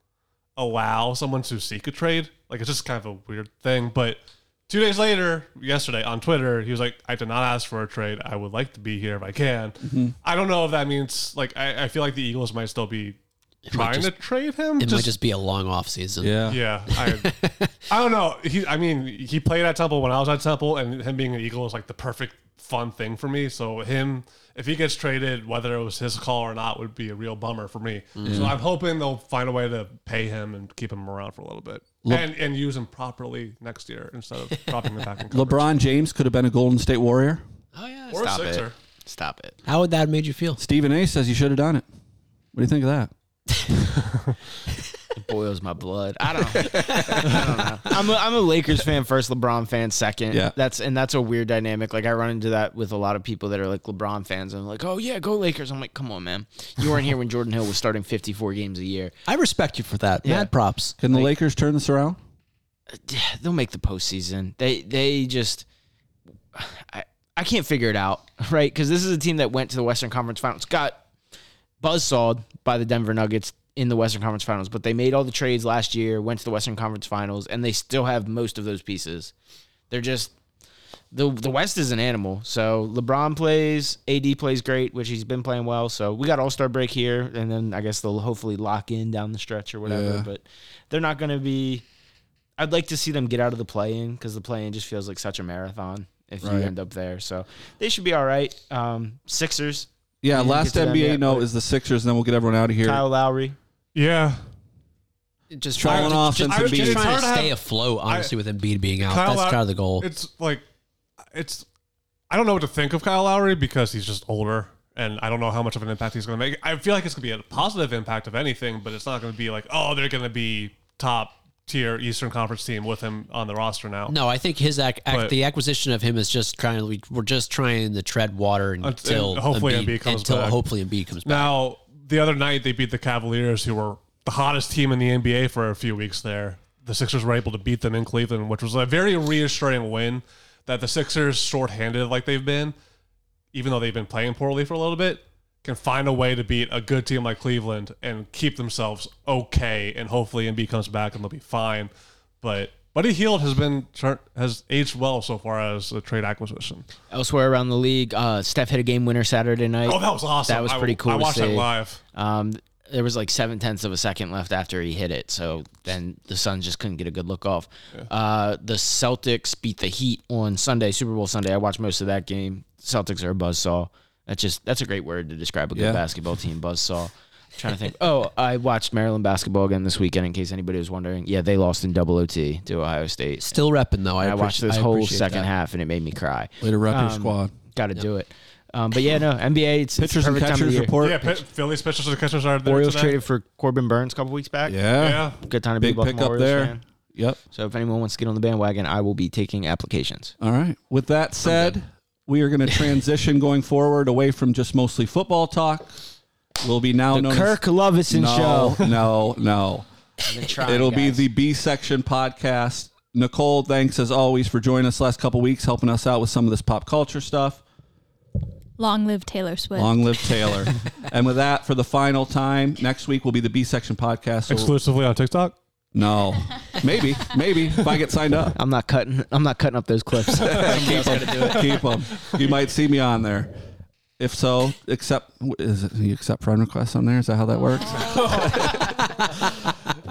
[SPEAKER 2] allow someone to seek a trade. Like it's just kind of a weird thing. But two days later, yesterday on Twitter, he was like, "I did not ask for a trade. I would like to be here if I can." I don't know if that means like I, I feel like the Eagles might still be
[SPEAKER 4] might
[SPEAKER 2] trying
[SPEAKER 4] just-
[SPEAKER 2] to trade him.
[SPEAKER 4] It might
[SPEAKER 2] Just-
[SPEAKER 4] just be a long off season.
[SPEAKER 1] Yeah.
[SPEAKER 2] yeah, I, I don't know. He, I mean, he played at Temple when I was at Temple, and him being an Eagle is like the perfect fun thing for me. So him, if he gets traded, whether it was his call or not, would be a real bummer for me.
[SPEAKER 3] Mm-hmm.
[SPEAKER 2] So I'm hoping they'll find a way to pay him and keep him around for a little bit, and and use him properly next year instead of dropping him back in coverage.
[SPEAKER 1] LeBron James could have been a Golden State Warrior.
[SPEAKER 4] Oh yeah.
[SPEAKER 2] or a
[SPEAKER 3] Stop
[SPEAKER 2] Sixer.
[SPEAKER 3] it. Stop it.
[SPEAKER 4] How would that have made you feel?
[SPEAKER 1] Stephen A says you should have done it. What do you think of that?
[SPEAKER 3] It boils my blood. I don't. I don't know. I'm a, I'm a Lakers fan first, LeBron fan second.
[SPEAKER 1] Yeah.
[SPEAKER 3] That's and that's a weird dynamic. Like I run into that with a lot of people that are like LeBron fans. I'm like, oh yeah, go Lakers. I'm like, come on, man. You weren't here when Jordan Hill was starting 54 games a year.
[SPEAKER 4] I respect you for that.
[SPEAKER 3] Yeah.
[SPEAKER 4] Mad props.
[SPEAKER 1] Can the Lakers turn this around?
[SPEAKER 3] They'll make the postseason. They they just. I I can't figure it out, right? Because this is a team that went to the Western Conference Finals, got buzzsawed by the Denver Nuggets in the Western Conference Finals, but they made all the trades last year, went to the Western Conference Finals, and they still have most of those pieces. They're just the the West is an animal. So LeBron plays, AD plays great, which he's been playing well. So we got All Star break here, and then I guess they'll hopefully lock in down the stretch or whatever.
[SPEAKER 1] Yeah.
[SPEAKER 3] But they're not going to be. I'd like to see them get out of the play in because the play in just feels like such a marathon if
[SPEAKER 1] Right.
[SPEAKER 3] you end up there. So they should be all right. Um, Sixers,
[SPEAKER 1] Yeah,
[SPEAKER 3] didn't
[SPEAKER 1] last
[SPEAKER 3] get to them
[SPEAKER 1] NBA
[SPEAKER 3] yet,
[SPEAKER 1] note
[SPEAKER 3] but-
[SPEAKER 1] is the Sixers, and then we'll get everyone out of here.
[SPEAKER 3] Kyle Lowry.
[SPEAKER 2] Yeah,
[SPEAKER 4] Just
[SPEAKER 1] Falling
[SPEAKER 4] just-
[SPEAKER 1] off
[SPEAKER 4] just-
[SPEAKER 1] since
[SPEAKER 4] I was
[SPEAKER 1] Embiid-
[SPEAKER 4] just
[SPEAKER 1] It's
[SPEAKER 4] trying
[SPEAKER 2] hard
[SPEAKER 4] to
[SPEAKER 2] to
[SPEAKER 4] stay
[SPEAKER 2] have-
[SPEAKER 4] afloat, honestly, with Embiid being out.
[SPEAKER 2] Kyle
[SPEAKER 4] That's
[SPEAKER 2] Low-
[SPEAKER 4] kind of the goal.
[SPEAKER 2] It's like, it's. I don't know what to think of Kyle Lowry because he's just older, and I don't know how much of an impact he's going to make. I feel like it's going to be a positive impact of anything, but it's not going to be like, oh, they're going to be top tier Eastern Conference team with him on the roster now.
[SPEAKER 4] No, I think his ac- ac-
[SPEAKER 2] But-
[SPEAKER 4] the acquisition of him is just trying. We, we're just trying to tread water until
[SPEAKER 2] hopefully Embiid comes
[SPEAKER 4] until
[SPEAKER 2] back.
[SPEAKER 4] hopefully Embiid comes back.
[SPEAKER 2] Now, the other night they beat the Cavaliers, who were the hottest team in the NBA for a few weeks there. The Sixers were able to beat them in Cleveland, which was a very reassuring win that the Sixers, shorthanded like they've been, even though they've been playing poorly for a little bit, can find a way to beat a good team like Cleveland and keep themselves okay. And hopefully Embiid comes back and they'll be fine. But Buddy Heald has been has aged well so far as a trade acquisition.
[SPEAKER 3] Elsewhere around the league, uh, Steph hit a game winner Saturday night.
[SPEAKER 2] Oh, that was awesome!
[SPEAKER 3] That was
[SPEAKER 2] I-
[SPEAKER 3] pretty cool
[SPEAKER 2] I
[SPEAKER 3] to
[SPEAKER 2] watched
[SPEAKER 3] see.
[SPEAKER 2] that live.
[SPEAKER 3] Um, there was like seven tenths of a second left after he hit it, so then the Suns just couldn't get a good look off. Uh, the Celtics beat the Heat on Sunday, Super Bowl Sunday. I watched most of that game. Celtics are a buzzsaw. That's just that's a great word to describe a good
[SPEAKER 1] Yeah.
[SPEAKER 3] basketball team, buzzsaw. I'm trying to think. Oh, I watched Maryland basketball again this weekend. In case anybody was wondering, yeah, they lost in double OT to Ohio State.
[SPEAKER 4] Still repping though. I,
[SPEAKER 3] I, watched
[SPEAKER 4] appreci-
[SPEAKER 3] this
[SPEAKER 4] I
[SPEAKER 3] whole
[SPEAKER 4] appreciate
[SPEAKER 3] second
[SPEAKER 4] that.
[SPEAKER 3] half and it made me cry.
[SPEAKER 1] Way to rep your
[SPEAKER 3] Um,
[SPEAKER 1] squad.
[SPEAKER 3] Got to do it. Um, but yeah, no NBA. It's, it's the
[SPEAKER 1] Pitchers and
[SPEAKER 3] perfect time of
[SPEAKER 1] catchers
[SPEAKER 3] year.
[SPEAKER 1] report.
[SPEAKER 2] Yeah, Pitt, Philly's pitchers and catchers are there
[SPEAKER 3] Orioles
[SPEAKER 2] today.
[SPEAKER 3] traded for Corbin Burns a couple weeks back.
[SPEAKER 1] Yeah.
[SPEAKER 2] Yeah,
[SPEAKER 3] good time to
[SPEAKER 1] Big
[SPEAKER 3] be a Baltimore
[SPEAKER 1] pickup
[SPEAKER 3] Orioles
[SPEAKER 1] there.
[SPEAKER 3] fan.
[SPEAKER 1] Yep.
[SPEAKER 3] So if anyone wants to get on the bandwagon, I will be taking applications.
[SPEAKER 1] All right. With that said, we are going to transition going forward away from just mostly football talk. We'll be now known
[SPEAKER 3] Kirk
[SPEAKER 1] as
[SPEAKER 3] Lovison
[SPEAKER 1] no,
[SPEAKER 3] show.
[SPEAKER 1] no, no. It'll be the B section podcast. Nicole, thanks as always for joining us last couple weeks, helping us out with some of this pop culture stuff.
[SPEAKER 5] Long live Taylor Swift.
[SPEAKER 1] Long live Taylor. and with that, for the final time, next week will be the B section podcast. So-
[SPEAKER 2] exclusively on TikTok.
[SPEAKER 1] no, maybe, maybe if I get signed up.
[SPEAKER 3] I'm not cutting. I'm not cutting up those clips.
[SPEAKER 1] keep them. Keep 'em. You might see me on there. If so, accept is it, you accept friend requests on there? Is that how that works?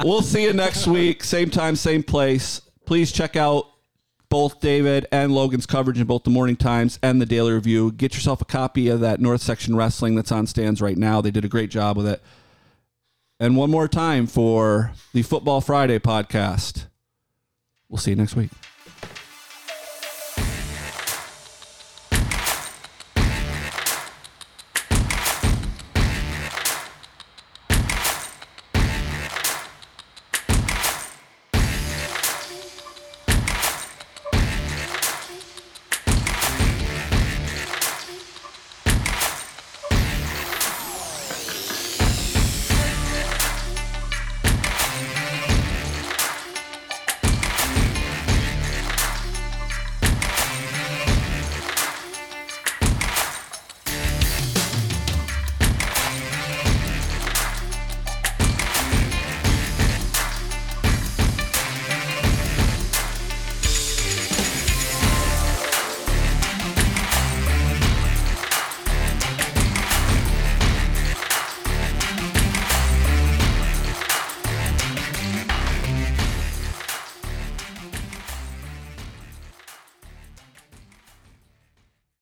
[SPEAKER 1] we'll see you next week, same time, same place. Please check out both David and Logan's coverage in both the Morning Times and the Daily Review. Get yourself a copy of that North Section Wrestling that's on stands right now. They did a great job with it. And one more time for the Football Friday podcast. We'll see you next week.